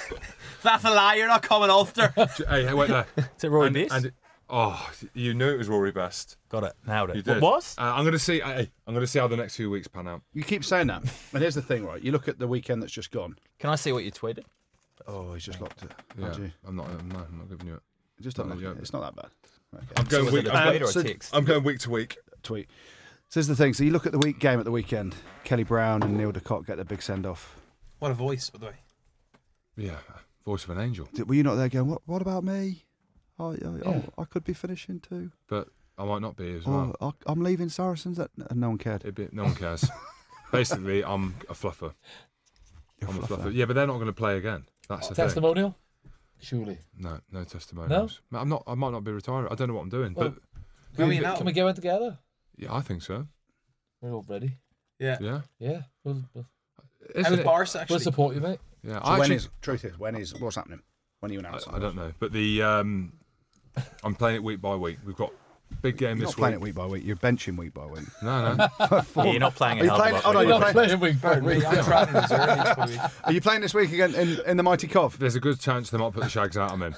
*laughs*
That's a lie. You're not
*laughs*
coming Ulster.
hey, hey, wait there.
Is it Roy
And-
Best?
and- oh, you knew it was Rory Best.
Got it. Nailed it.
You did.
What was?
Uh, I'm gonna see. Hey, I'm gonna see how the next few weeks pan out.
You keep saying that, and here's the thing, right? You look at the weekend that's just gone.
Can I see what you tweeted?
Oh, he's just locked it.
Yeah,
Oh, gee.
I'm not. I'm not, I'm not giving you it.
Just don't
No,
look
you
at
don't.
it. It's not that bad. Okay.
I'm going
Was
week.
it a
I'm,
tweet or
so-
a text?
I'm going week to week.
tweet. So here's the thing. So you look at the week game at the weekend. Kelly Brown and Neil Decock get the big send off.
what a voice, by the way.
Yeah, voice of an angel.
Were you not there going? What? What about me? Oh, oh,
Yeah.
oh I could be finishing too.
But I might not be as well.
Oh, I, I'm leaving Saracens. That and no one cared.
It'd be, no one
*laughs*
cares. Basically, I'm a fluffer.
You're
I'm a
fluffer.
fluffer. Yeah, but they're not going to play again. That's the thing.
Testimonial. Surely.
No, no testimonials. No? Oh. I'm not. I might not be retiring. I don't know what I'm doing.
Well-
but
Where
Can
we
we,
now?
can we get one together?
yeah, I think so.
We're all ready.
Yeah.
Yeah.
Yeah. We'll, we'll,
How
Isn't
was
it?
Boris
we'll
actually?
support you, mate.
Yeah.
So
I
when
actually,
is truth is when is what's happening? When are you announcing?
I, I don't know. But the um, I'm playing it week by week. We've got big game
You're
this
not playing it
week.
week by week. You're benching week by week.
No,
*laughs*
no.
Yeah, you're not playing it.
Are you
held
playing-
up,
oh, no,
were you?
you're
Not playing week by week.
I'm traveling as early probably.
Are you playing this week again in, in the Mighty Cov?
There's a good chance they might put the shags out. I'm in.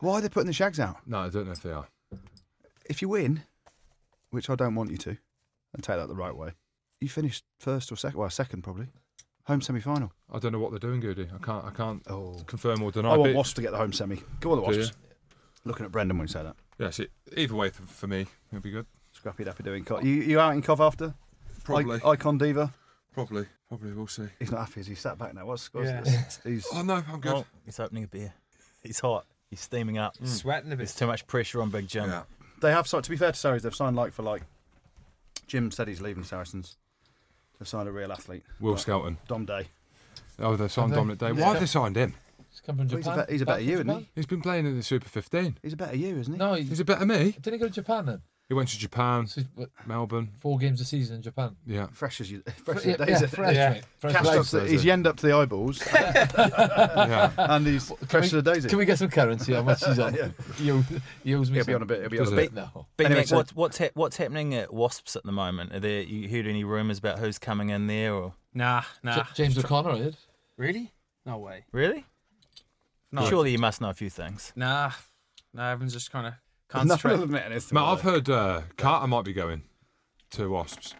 Why are they putting the shags out?
No, I don't know if they are.
If you win, which I don't want you to, and take that the right way, you finish first or second. Well, second probably. Home semi final.
I don't know what they're doing, Goody. I can't. I can't
Oh.
confirm or deny.
I
but-
want Wasps to get the home semi. Go on the
Do you?
Wasps. Looking at Brendan when you say that.
Yeah. See, either way for, for me, it'll be good.
Scrappy dappy doing Cov. You, you out in Cov after?
Probably.
I- Icon Diva.
Probably. Probably. We'll see.
He's not happy. Is he sat back now? What's, what's
Yeah.
this?
*laughs*
He's
Oh no, I'm good.
Oh, he's opening a beer. He's hot. He's steaming up. Mm.
Sweating a
There's
bit.
too much pressure on Big Jim.
Yeah.
They have signed. To be fair to Saracens, they've signed like for like. Jim said he's leaving Saracens. They've signed a real athlete,
Will Skelton.
Dom Day.
Oh, they signed
Have they?
Dominic Day. Why have they signed him?
He's come from
Well, he's a
Japan.
bet- he's a
Back
better
from
you, isn't he?
Japan?
He's been playing in the Super 15.
He's a better you, isn't he?
No, he
He's a better me.
didn't he go to Japan then.
He went to Japan,
So he's, what,
Melbourne.
four games a season in Japan.
Yeah.
Fresh as you. *laughs* Fresh
yeah,
as days.
yeah, fresh,
Yeah.
mate. Fresh
Cast
legs.
up to, he's yenned up to the
*laughs*
eyeballs,
*laughs* Yeah.
and he's fresh
we-
as a daisy.
Can we get some currency? How much he's on?
Yeah.
he, owes, he owes me.
He'll be on a
some.
bit. He'll be on a
Does
bit.
it?
No.
Big
Anyway,
Mac,
so-
what's what's, hap what's happening at Wasps at the moment? Are there you heard any rumours about who's coming in there or
Nah,
Ah,
nah.
J- James O'Connor, I did.
Really? No way.
really?
No.
Surely you must know a few things.
Nah, nah. Everyone's just kind of
Nothing
concentrating.
admitting it's
Matt, I've heard uh, Carter might be going to Wasps.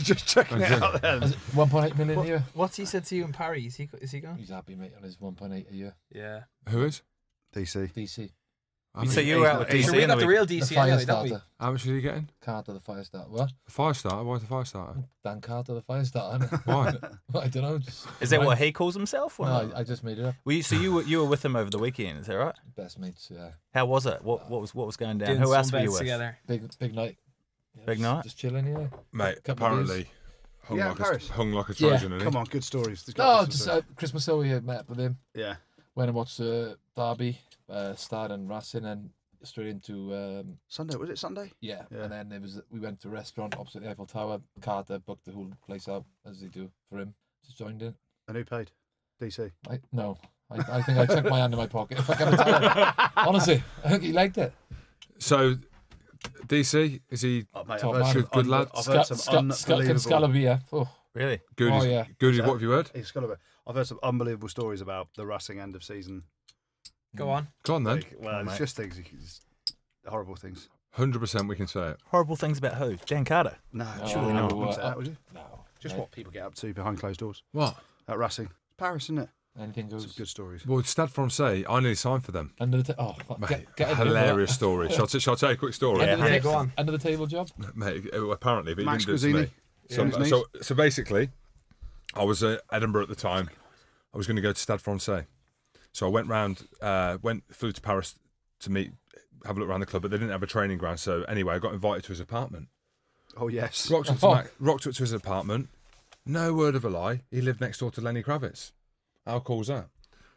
just checking it out there.
Is it 1.8 million a year?
What's he said to you in Paris? Is he is he gone?
He's happy, mate, on his 1.8 a year.
Yeah.
Who is?
DC.
DC.
How much,
So you were out with
So
DC
we got
in
the
the
real
The
DC
fire
anyway, don't we?
starter.
how much are you getting?
Carter the fire starter. What?
A fire starter? Why is the fire starter?
Dan Carter the fire starter. innit?
*laughs*
*laughs*
Why?
I don't know. Just,
Is that
I-
what he calls himself? Or
No,
not?
I, I just made it up.
Were you, so you were you were with him over the weekend, is that right?
Best mates. Yeah.
How was it? What what was what was going down?
Doing
Who else were
sunbeds
you with?
together.
Big big night. Yeah,
Big
just-
night?
Just chilling. Yeah.
*laughs* Mate,
Couple of
apparently hung,
Yeah,
like a,
Paris.
hung like a
Yeah,
Trojan, yeah,
Come on, good stories. There's gotta
No,
be
just
some
uh, Christmas Hill. We met up with him.
sort of- yeah.
Went and watched uh, Derby, uh, starting Racing, and straight into um,
Sunday was it Sunday?
yeah.
Yeah.
And then there was we went to a restaurant opposite the Eiffel Tower. Carter booked the whole place out as they do for him. Just joined in.
And who paid? DC.
I no. I, I think I took my hand in my pocket. If I can tell
*laughs*
Honestly, I think he liked it.
So, DC, is he
Oh, mate, I've
Top
heard
man.
some
Good- good
unbe-
lad.
I've
Scal-
heard some
scal- scal- can
unbelievable.
Scalabia. Oh,
Really?
good?
Oh,
as,
yeah.
Good as
Yeah.
what have you heard?
He's got a bit- I've heard some unbelievable stories about the Racing end of season.
Go on.
Go on then.
Like, well,
mate.
it's just things, you can- it's horrible things.
Hundred percent, we can say it.
Horrible things about who? Dan Carter.
No,
No,
surely not.
uh,
Wouldn't say that, would you?
no.
Just
Mate,
what people get up to behind closed doors
What?
at Racing. It's Paris, isn't it?
Anything
Some
goes.
good stories.
Well, Stade Francais, I nearly signed for them.
Under the ta- oh, fuck,
Mate,
get, get a bit of that.
hilarious story. Shall I, t- shall I tell you a quick story?
Under the
Yeah,
ta-
go on.
Under the table job.
Mate, uh, apparently, but
Max
he didn't do it
Grazzini.
to me. So,
Yeah.
so, so basically, I was at Edinburgh at the time. I was going to go to Stade Francais, so I went round, uh, went flew to Paris to meet, have a look around the club, but they didn't have a training ground. So anyway, I got invited to his apartment.
Oh, yes.
Rocked up to, Mac, rocked up to his apartment. No word of a lie. He lived next door to Lenny Kravitz. How cool was that?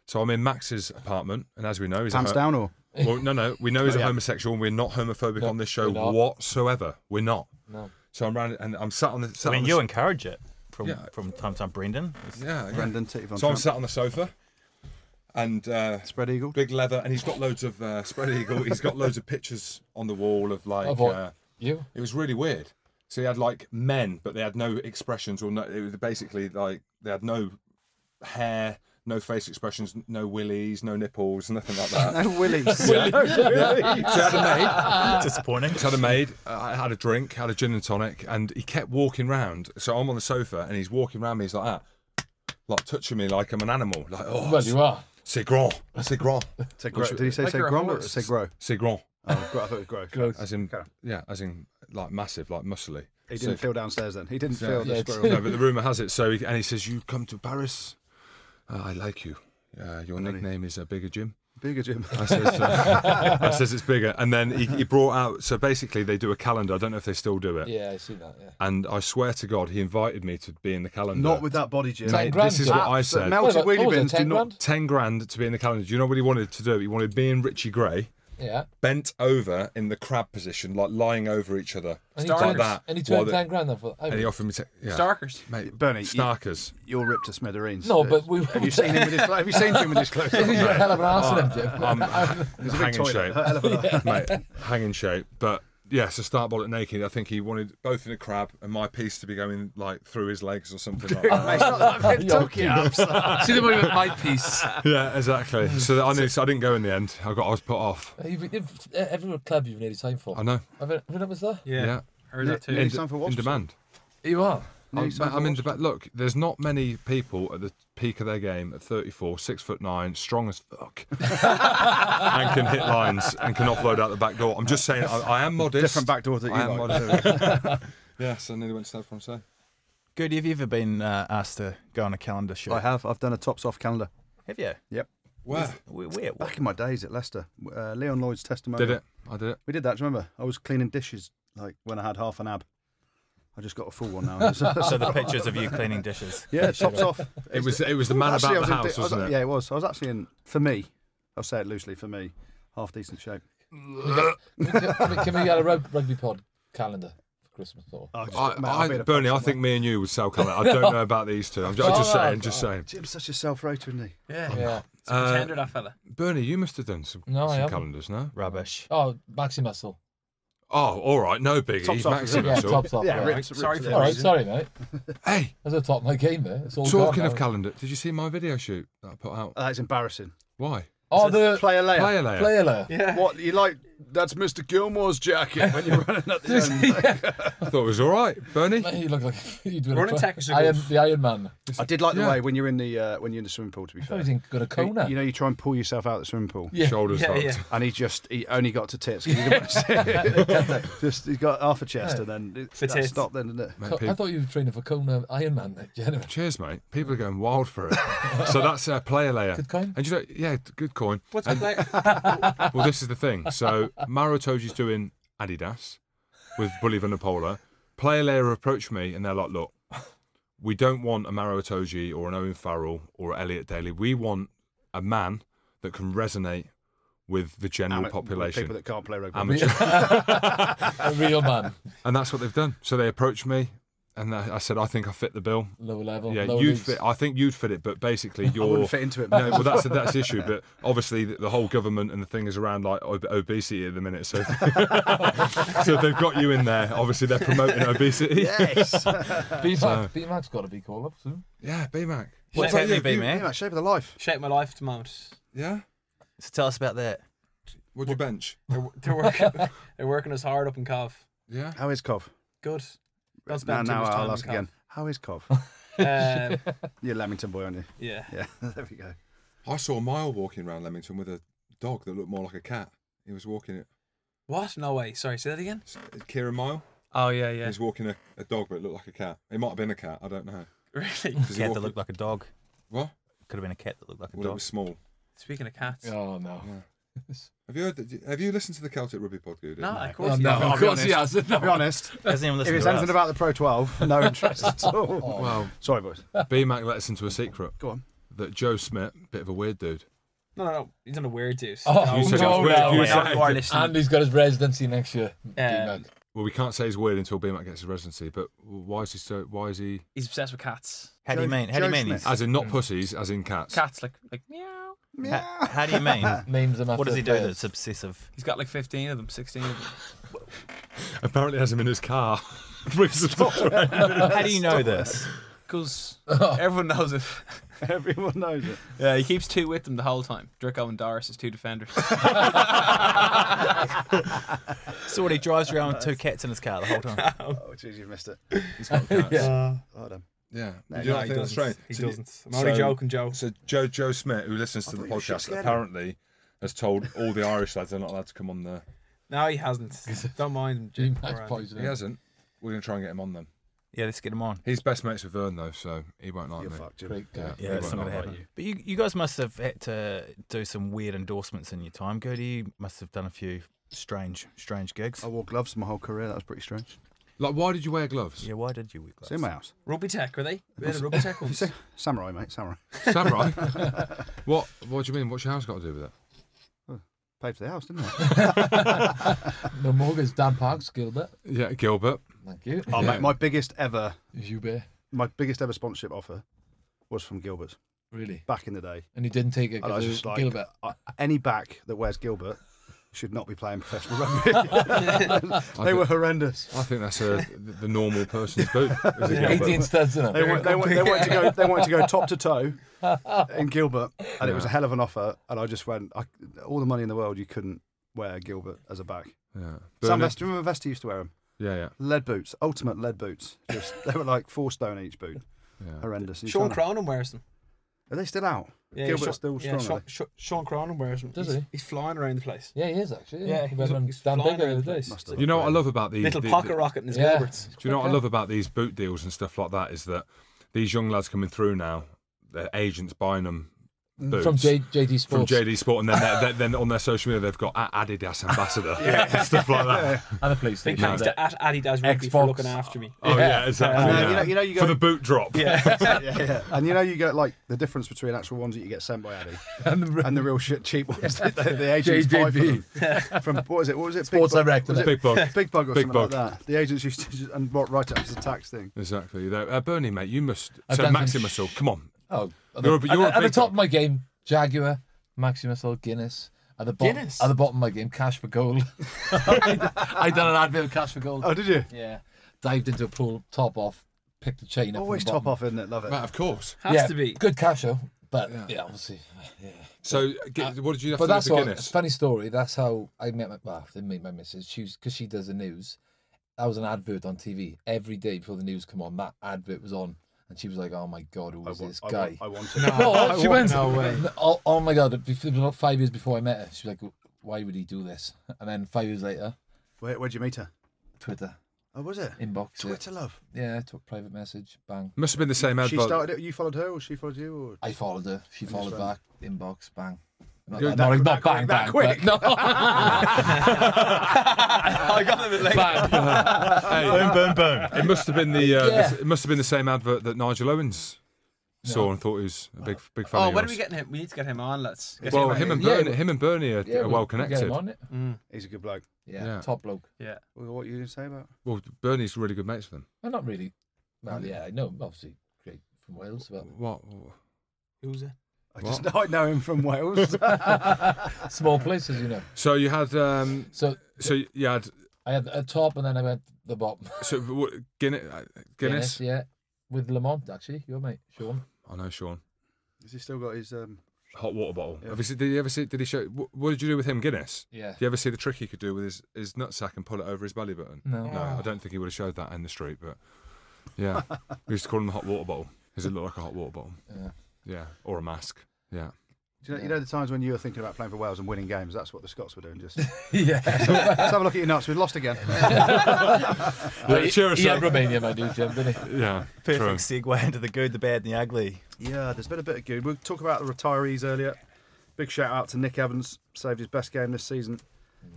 So I'm in Max's apartment, and as we know, he's a
Pants
ho-
down or?
Well, no, no, we know he's
Oh,
a
*laughs* yeah.
homosexual, and we're not homophobic
No,
on this show
we're not.
whatsoever. We're not.
No.
So I'm round, and I'm sat on the. Sat
I mean,
on the
you
s-
encourage it from
Yeah.
from time to time. Brendan,
yeah, yeah.
Brendan Titty Von
So I'm
Trump.
sat on the sofa, and uh,
Spread Eagle.
big leather, and he's got loads of uh, spread eagle. He's got loads of pictures on the wall of like.
Of what?
Uh,
You.
it was really weird. So he had like men, but they had no expressions or no. It was basically like they had no hair, no face expressions, no willies, no nipples, nothing like
*laughs*
that.
*laughs* No,
*laughs*
Willie's.
so he had a mate.
disappointing. *laughs*
Just had a maid, I had a drink, had a gin and tonic, and he kept walking round. So I'm on the sofa, and he's walking round me. He's like that, like touching me like I'm an animal. Like oh,
Well, you are.
c'est grand, c'est grand,
Say gro- Did he say
Like
say
you're a
grom or
horse.
say grow?
c'est grand,
Oh, gro- I thought it was grow.
as in yeah, as in like massive, like muscly.
He didn't
So-
feel downstairs then. He didn't feel
Yeah,
the
*laughs*
it's-
No,
squirrel.
but the rumor has it. So he, and he says, "You come to Paris, uh, I like you. Uh, your
Really?
nickname is a bigger Jim."
Bigger Jim.
I says, uh, I says it's bigger, and then he, he brought out. So basically, they do a calendar. I don't know if they still do it.
Yeah, I see that. Yeah.
And I swear to God, he invited me to be in the calendar.
Not with that body, Jim.
Ten grand,
this is
Jim.
what I said.
What was
Melted
it,
wheelie
what was it,
bins do
10
not.
grand?
10 grand to be in the calendar. Do you know what he wanted to do? He wanted me and Richie Gray
Yeah.
bent over in the crab position, like lying over each other.
And he
like
turned,
that.
and he
while
turned
the-
ten grand then for that.
and he offered me. Te- yeah.
Starkers.
Mate,
Bernie, you-
Starkers.
You're ripped to smithereens.
No, but we-
have you seen
*laughs*
him with his clothes? Have you seen Jim with his clothes? on?
He's a hell of an arse in him,
*laughs*
Jim. *laughs*
I'm Um, hang
There's a big
in
toilet.
shape.
*laughs* Hell of a lot.
Mate, hang in shape. But yeah, so start ball at naked. I think he wanted both in a crab and my piece to be going like through his legs or something like that.
Mate,
*laughs*
it's not that bad. Talk it up, son.
See the one with my piece.
yeah, exactly. So that I knew, so I didn't go in the end. I got I was put off.
*laughs* You've, you've, every club you've nearly signed for.
I know.
Have you ever noticed that?
Yeah.
Heard that
Yeah.
too.
In,
signed for
in
Wasps?
demand.
You are.
I'm,
signed for
I'm in
Wasps?
debate. Look, there's not many people at the peak of their game at 34, six foot nine, strong as
*laughs*
fuck, and can hit lines and can offload out the back door. I'm just saying, I, I am modest.
Different back door that you
I am
like.
modest.
*laughs*
yes, I nearly went to Stade Francais.
Good. Have you ever been uh, asked to go on a calendar show?
I have. I've done a tops off calendar.
Have you?
Where
Where? where what?
Back in my days at Leicester, uh, Leon Lloyd's testimony.
did it? I did it.
We did that. Do you remember? I was cleaning dishes like when I had half an ab. I just got a full
*laughs*
one now. uh,
So the pictures of you cleaning dishes.
*laughs* yeah, tops off.
It was it was the man
Actually, I
about the house,
was in de- I was-
wasn't it?
Yeah, it was. I was actually in, for me, I'll say it loosely, for me, half decent shape.
can, can we, can we get a rug, rugby pod calendar for Christmas? Or?
I,
I, I, Bernie, I think me and you would sell colour. I don't know about these two. I'm ju- I'm just,
Oh,
saying, just saying.
Jim's such a self-roter, isn't he?
Yeah.
yeah.
It's a pretender, that fella.
Bernie, you must have done some,
No, I
some
haven't.
calendars, no?
Rubbish.
Oh, Maxi Muscle.
Oh, all right, no biggie.
Tops off, isn't
Yeah,
Maximus. all.
tops off. Oh, Yeah,
ripped- ripped
Sorry
to
for
the
All right,
edge.
sorry, mate.
Hey,
That's a top of my game there. It's all
Talking
gone
of
now.
calendar, did you see my video shoot that I put out?
That's embarrassing.
Why?
Oh, the
Player layer.
Player layer.
player layer.
Yeah.
What you like? That's Mr. Gilmore's jacket when you're running
*laughs*
up the end.
I thought it was all right,
*laughs*
Bernie.
you look like *laughs* you doing
Running
a
tackles are
Iron,
good.
the Iron Man.
I did like the
Yeah.
way when you're in the uh, when you're in the swimming pool. To be
I thought
fair,
he didn't go to Kona.
you know, you try and pull yourself out of the swimming pool,
Yeah.
Shoulders
Yeah,
yeah,
yeah.
and he just he only got to tits. 'cause he didn't want
*laughs*
to see it. *laughs* just he got half a chest, and then
For
it, that
tits.
stopped. Then didn't it?
Mate,
Co- I
people-
thought you were training for Kona Iron Man. *laughs* Then, generally.
Cheers, mate. People
Mm.
are going wild for
*laughs*
it. so that's uh, player layer.
Good coin.
And you know, yeah, good coin.
What's
And-
like?
*laughs* Well, this is the thing. So Maro Toji's doing Adidas with Bully Vanapola. Player layer approached me and they're like, look, we don't want a Maro Toji or an Owen Farrell or Elliot Daly. We want a man that can resonate with the general
Ama-
population.
people that can't play rugby.
Amateur.
A real man,
*laughs* and that's what they've done. So they approached me and I I said, I think I fit the bill.
lower level.
Yeah,
lower
you'd
leagues.
fit. I think you'd fit it, but basically
*laughs* I
you're
wouldn't fit into it.
no, *laughs* well, that's that's the issue. But obviously, the, the whole government and the thing is around like ob- obesity at the minute. So, *laughs* so if they've got you in there. Obviously, they're promoting obesity. Yeah,
*laughs*
*laughs*
yes.
B Mac, B Mac's got to be called up soon.
BMAC.
What's
about you?
that gonna be,
You-
mate?
yeah, shape of the life.
Shape my life to mount.
Yeah.
*laughs* So tell us about that.
Would you bench?
They're, they're, working, they're working us hard up in Cov.
Yeah.
How is Cov?
Good. Don't
Now,
spend too
now
much time
I'll
in
ask
Cov.
again. How is
*laughs*
Cov?
Um,
You're a Lamington boy, aren't you? *laughs*
yeah.
Yeah, there
*laughs*
we go.
I saw Mile walking around Leamington with a dog that looked more like a cat. He was walking it.
What? No way. Sorry, say that again.
Kieran Mile.
Oh yeah, yeah.
He's walking a, a dog, but it looked like a cat. It might have been a cat. I don't know.
*laughs* Really?
Does he
cat
walk
that
it-
looked like a dog.
What?
Could have been a cat that looked like a
Well, it
dog.
was small.
Speaking of cats.
Oh no.
Have you heard? Have you listened to the Celtic Rugby Podcast?
No, of
Oh,
course.
no,
not.
of course he hasn't.
I'll be honest.
Doesn't even
If
listen
it's
to us.
anything about the Pro
*laughs*
12, no interest at
Oh.
all.
Well,
Sorry, boys.
BMAC let us into a secret
Go
*laughs*
on.
that Joe Smith, bit of a weird dude.
No, no, no. He's not a weird dude.
Oh,
no,
You said
no,
it was weird.
no,
You
no.
said-
you are
*laughs*
listening.
And he's got his residency next year.
Um,
B-Mac.
Well, we can't say he's weird until BMAC gets his residency. But why is he so? Why is he?
he's obsessed with cats.
How do you
Joe-
mean? How do
Joe
you mean?
Smith.
he's-
As in not pussies, as in cats.
Cats like like meow.
How, how do you *laughs* mean?
Names them after.
What does he do
players.
that's obsessive?
He's got like fifteen of them, sixteen of
*laughs*
them.
Apparently, has him in his car. *laughs* Brings it up to him.
How do you know this?
Cause
Oh.
everyone knows it.
Everyone knows
*laughs*
it.
Yeah, he keeps two with him the whole time. Draco and Doris is two defenders.
Oh,
So what he drives around with two cats in his car the whole time.
Oh, jeez, you've missed it.
He's
*laughs*
got cats. Yeah.
Well done.
Uh, Do you
no,
not
he
think that's right?
He
So you-
doesn't. I'm only
so-
joking, Joe.
So Joe Joe Smith, who listens to the
thought you were shit
podcast,
scared.
apparently has told all the Irish lads they're not allowed to come on the.
No, he hasn't. Don't mind him, Jim.
B-Mac's
Alright.
poisoning.
He hasn't. We're gonna try and get him on them.
*laughs* Yeah, let's get him on.
He's best mates with Vern though, so he won't like
You're
me.
fucked, Jim.
Great guy.
he
Yeah, it's
won't
not
like
gonna
me.
happen. But you, you guys must have had to do some weird endorsements in your time, Gertie. You must have done a few strange, strange gigs.
I wore gloves my whole career. That was pretty strange.
Like, why did you wear gloves?
Yeah, why did you wear
It's in my house.
Rugby tech, were they? We had a rugby tech once.
Samurai, mate. Samurai. *laughs*
Samurai. what? What do you mean? What's your house got to do with it?
Paid for the house, didn't I?
*laughs* No more goes Dan Parks, Gilbert.
Yeah, Gilbert.
Thank you.
oh,
Yeah.
mate, my biggest ever,
You bear.
my biggest ever sponsorship offer was from Gilbert's
Really?
back in the day.
And he didn't take it
And I was
because
just like,
Gilbert.
uh, any back that wears Gilbert should not be playing professional rugby. they were horrendous.
I think that's a, the the normal person's boot.
*laughs*
is a Gilbert.
18 studs in
They,
him.
wa- they, wa- they wanted to go. They wanted to go top to toe in Gilbert, and it was a hell of an offer. And I just went, I, all the money in the world, you couldn't wear Gilbert as a back.
Yeah.
Sam
Bernard-
Vester, remember Vester used to wear them?
yeah, yeah,
Lead boots, ultimate lead boots. Just, they were like four stone each boot.
yeah.
Horrendous. And you
Sean
can't-
Cronin wears them.
Are they still out?
Yeah,
Gilbert's still
Sean- yeah,
strong.
Sean,
are they?
Sh- Sean Cronin wears them.
Does
he's,
he?
He's flying around the place.
Yeah, he is actually.
Yeah,
Yeah, he went
he's-
on
he's
Dan
flying
Bigger the
around
other
the
day.
place.
Must have
You know what I
been.
*laughs*
love about these?
Little
the- the-
pocket rocket in his
Yeah.
Gilberts.
do you know what I love about these boot deals and stuff like that is that these young lads coming through now, their agents buying them boots
From J- JD
from
Sports.
JD Sport, and then they're, they're- then on their social media they've got "At Adidas
*laughs*
ambassador and stuff like that.
and the police.
Big
station.
thanks to at Adidas Rugby for
Xbox.
looking after me.
Oh yeah, exactly.
And, uh,
yeah.
you know- you know you
for
go-
the boot drop. Yeah,
yeah, yeah. And you know, you get like the difference between actual ones that you get sent by Addy
And the-
and the real shit cheap ones *laughs* that the, the agents buy for
JJB.
them. From what was it? What was it?
Sports
Big Bug-
Direct,
was it
big bug.
*laughs* Big bug or
Big
something
Bug.
like that. The agents used to, just- and what right up as a tax thing.
Exactly. Though, uh, Bernie, mate, you must.
I've
So
done some
Maximus,
sh-
so come on.
Oh, at the,
You're a-
at
you're a
the- at the
big
top
dog.
of my game, Jaguar, Maximus Oil, Guinness. At the bottom,
Guinness?
at the bottom of my game, Cash
*laughs*
for Gold. I done an advert, with Cash for Gold.
Oh, did you?
Yeah, dived into a pool, top off, picked the chain up. from
Always
the
top
bottom.
off, isn't it? Love it.
Mate, of course.
Has
yeah,
to be. *laughs*
good casho. But yeah, obviously, yeah.
So, get, what did you have
But
to do
that's
for
what,
Guinness?
funny story. That's how I met my well, I didn't meet my missus. She because she does the news. That was an advert on TV every day before the news come on. That advert was on, and she was like, "Oh my god, who is this
I
guy?"
Want, I want it.
No, she went.
No way.
*laughs* Oh, oh my god! bef- it was about Five years before I met her, she was like, "Why would he do this?" And then five years later,
Where, where'd you meet her?
Twitter
Oh, was it?
inbox. it.
Twitter love.
Yeah, took private message. Bang.
Must have been the same
She
advert.
started it. You followed her, or she followed you, or
I followed her. She followed
friend.
back. Inbox. Bang. Not,
Good.
that, not,
That-
not bang,
that
bang.
quick,
but-
I got them late.
no. bang.
Hey,
boom, *laughs* boom.
it must have been the uh,
Yeah.
it must have been the same advert that Nigel Owens saw and thought he was a big big fan.
Oh,
of
when are
yours.
we getting him? We need to get him on. *laughs* Let's. Get
Well,
on.
him and
Yeah,
Bernie,
we-
him and Bernie are,
*laughs* Yeah,
are well
we'll- we'll Get
connected.
him on it.
Mm,
he's a good bloke.
Yeah,
Yeah.
top bloke.
yeah.
Well, What were you going to say about?
Well, Bernie's really good mates with him.
Well, not really. Well, yeah, I know. Obviously, great from Wales, but
What?
Who's it?
I just *laughs* know, I know him from *laughs* Wales.
*laughs* small places, you know.
So you had um,
So
so you had
I had a top, and then I went the bottom.
so what, Guinness, uh, Guinness.
yeah, with Lamont actually, your mate Sean.
I know Sean.
Has he still got his? Um,
Hot water bottle.
Yeah.
Have you seen, did you ever see? Did he show? What, what did you do with him, Guinness?
Yeah.
Do you ever see the trick he could do with his, his nutsack and pull it over his belly button?
No.
No, I don't think he would have showed that in the street, but yeah. we used to call him the hot water bottle because it looked like a hot water bottle.
Yeah.
Yeah, or a mask. Yeah.
do you, know, you
Yeah.
know the times when you were thinking about playing for Wales and winning games. That's what the Scots were doing. *laughs* Just
*laughs* yeah.
let's have a look at your nuts. We've lost again.
Yeah, cheer us
he
up.
had Romania, my dude, Jim, didn't he?
Yeah.
Perfect segue into the good, the bad, and the ugly.
Yeah, there's been a bit of good. We'll talk about the retirees earlier. Big shout out to Nick Evans, saved his best game this season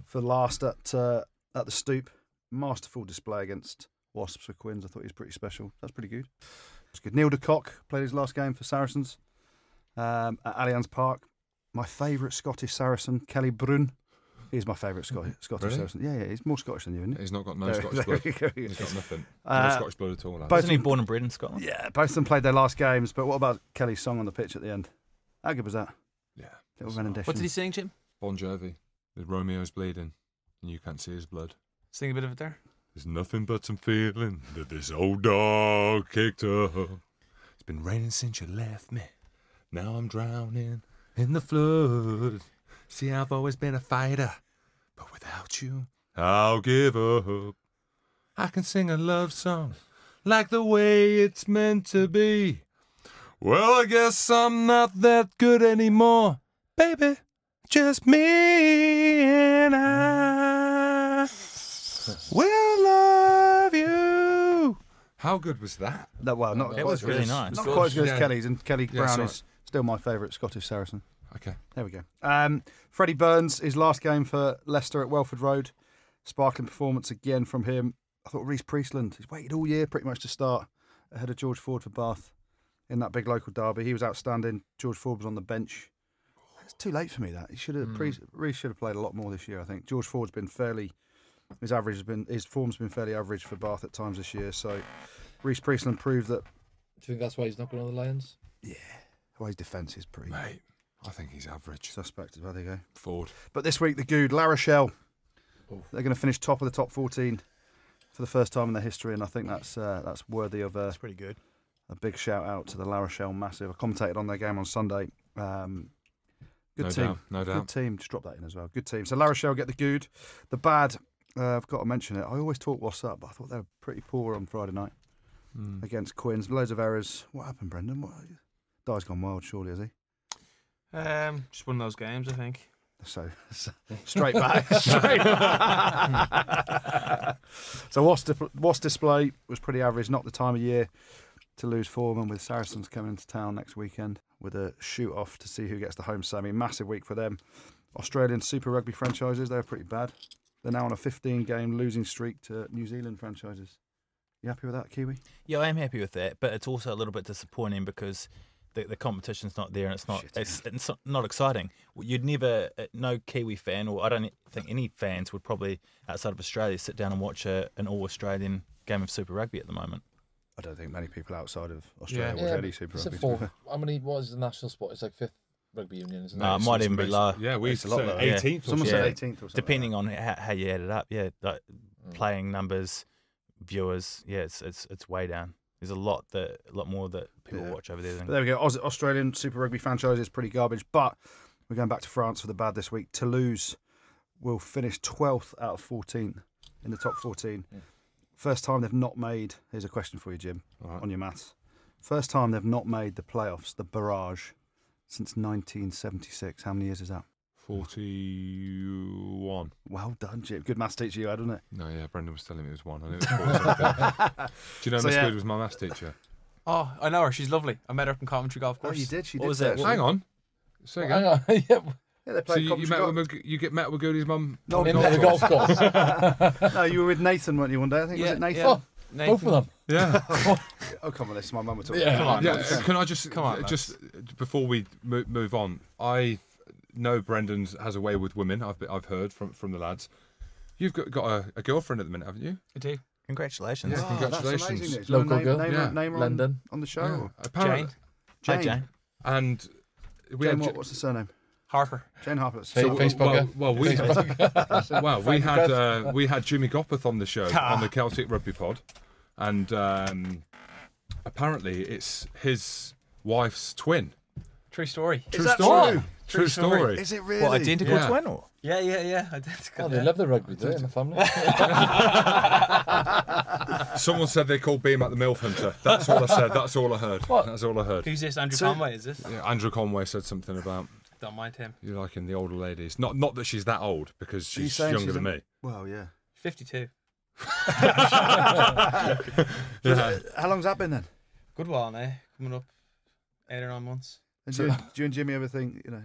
for last at uh, at the Stoop. Masterful display against Wasps for Quins. I thought he was pretty special. That's pretty good. It's good. Neil de Kock played his last game for Saracens um, at Allianz Park. My favourite Scottish Saracen, Kelly Brun. He's my favourite Scottish, Scottish
Really?
Saracen. Yeah, yeah, he's more Scottish than you, isn't he?
He's not got no
There-
Scottish
there
blood.
we go. *laughs*
He's got nothing. no
Uh,
Scottish blood at all. lads.
both- Wasn't he
born and bred in Scotland?
Yeah, both of them played their last games, but what about Kelly's song on the pitch at the end? How good was that?
Yeah.
Little rendition.
What did he sing, Jim?
Bon Jovi. The Romeo's bleeding, and you can't see his blood.
Sing a bit of it there.
There's nothing but some feeling that this old dog kicked up. It's been raining since you left me. Now I'm drowning in the flood. See, I've always been a fighter, but without you, I'll give up. I can sing a love song like the way it's meant to be. Well, I guess I'm not that good anymore, baby. Just me and I will love you. How good was that?
No, well, not
It
quite
was
as
really
good as-
nice.
Not quite as good
Yeah.
as Kelly's, and Kelly
Yeah,
Brown
sorry.
is still my favourite Scottish Saracen.
Okay.
There we go. Um, Freddie Burns, his last game for Leicester at Welford Road, sparkling performance again from him. I thought Reese Priestland, he's waited all year pretty much to start ahead of George Ford for Bath in that big local derby. He was outstanding. George Ford was on the bench. It's too late for me. That he should have. Priest Reese should have played a lot more this year. I think George Ford's been fairly. His average has been his form's been fairly average for Bath at times this year. So Reese Priestland proved that
Do you think that's why he's not going on the Lions?
Well, his defence is pretty
Mate, I think he's average.
suspect as well. There you go.
Ford.
But this week, the Good, La Rochelle, they're going to finish top of the top 14 for the first time in their history, and I think that's uh, that's worthy of a,
That's pretty good.
a big shout out to the La Rochelle massive. I commentated on their game on Sunday. Um, good
no
team.
doubt. No
Good
doubt.
team. Just drop that in as well. Good team. So La Rochelle get the good. The bad, uh, I've got to mention it. I always talk what's up, but I thought they were pretty poor on Friday night
Mm.
against Quins. Loads of errors. What happened, Brendan? What? Dye's gone wild, surely, has he?
Um, just one of those games, I think.
So *laughs* straight *laughs* back, straight back. *laughs* so Wasp, Wasp display was pretty average. Not the time of year to lose form, and with Saracens coming into town next weekend with a shoot off to see who gets the home semi. Massive week for them. Australian Super Rugby franchises they're pretty bad. They're now on a 15 game losing streak to New Zealand franchises. You happy with that, Kiwi?
Yeah, I am happy with that, but it's also a little bit disappointing because the, the competition's not there and it's not
Shit,
it's, it's not exciting. You'd never, uh, no Kiwi fan, or I don't think any fans would probably outside of Australia sit down and watch a, an all Australian game of Super Rugby at the moment.
I don't think many people outside of
Australia
Yeah, watch any it's
*laughs*
*laughs*
a four. How many? What is the national sport? It's like fifth rugby union, isn't it?
Uh, it might even be lower.
Yeah, we
It's a lot
said
lower.
18th. or
Someone
something.
said
Yeah.
18th or something.
Depending on how, how you add it up, yeah, like playing numbers, viewers, yeah, it's it's it's way down. There's a lot that a lot more that people
Yeah.
watch over there
But
than
there we go. Aus- Australian Super Rugby franchise is pretty garbage, but we're going back to France for the bad this week. Toulouse will finish 12th out of 14 in the top 14.
Yeah.
First time they've not made. Here's a question for you, Jim,
All right.
on your maths. First time they've not made the playoffs, the barrage, since 1976. How many years is that?
41.
Well done, Jim. Good maths teacher you had, wasn't it?
No, yeah, Brendan was telling me it was one. I knew it *laughs* was 40. Do you know
So,
Miss
yeah.
Good was my maths teacher?
*laughs* Oh, I know her. She's lovely. I met her up in Coventry Golf
Oh,
Course.
you did. She
What
did.
was
say
it?
she-
Hang on. Say
Hang
again.
on. *laughs* yeah.
Yeah, they
So
played
you, you,
Coventry
met
Gol-
with, Mag- you get met with Goody's mum?
No,
In
no,
the golf course. *laughs*
no, you were with Nathan, weren't you, one day? I think was it Nathan?
Oh,
Nathan.
Both of them.
Yeah.
Oh, come on, this is my mum we're talking.
Yeah.
about.
Come on,
yeah. uh,
Nathan.
Can I just
Come on,
just uh, before we mo- move on? I know Brendan has a way with women. I've I've heard from from the lads. You've got, got a, a girlfriend at the minute, haven't you?
I do.
Congratulations.
Yeah.
Oh, That's
Congratulations.
amazing Oh. news.
Local
name,
girl.
Name,
Yeah.
name her on,
London.
on the show.
Yeah. Apparently,
Hi,
Jane
Jane.
Jane.
and we
Jane
had
what, what's the surname?
Harper.
Jane Harper. So,
Hey,
well,
Facebook.
well, well, we
*laughs*
had, well, we had
Facebook.
uh, we had Jimmy Goppeth on the show on the Celtic Rugby Pod, and um, apparently it's his wife's twin.
True story.
True
that
story.
true?
True story.
Is it really?
What identical
Yeah.
twin or?
Yeah, yeah, yeah. *laughs* Identical.
Oh, they
yeah.
love the rugby, do they, in the family?
Someone said they called Beam at the Milf Hunter. That's all I said. That's all I heard.
What?
That's all I heard.
Who's this? Andrew Conway, is this?
Yeah, Andrew Conway said something about
Don't mind him.
you liking the older ladies. Not not that she's that old because
Are you
she's
saying
younger
she's
than
a-
*laughs*
me.
Well, yeah.
52.
Yeah.
uh, How long's that been then?
Good while now. Coming up eight or nine months.
And do, you, do you and Jimmy ever think, you know,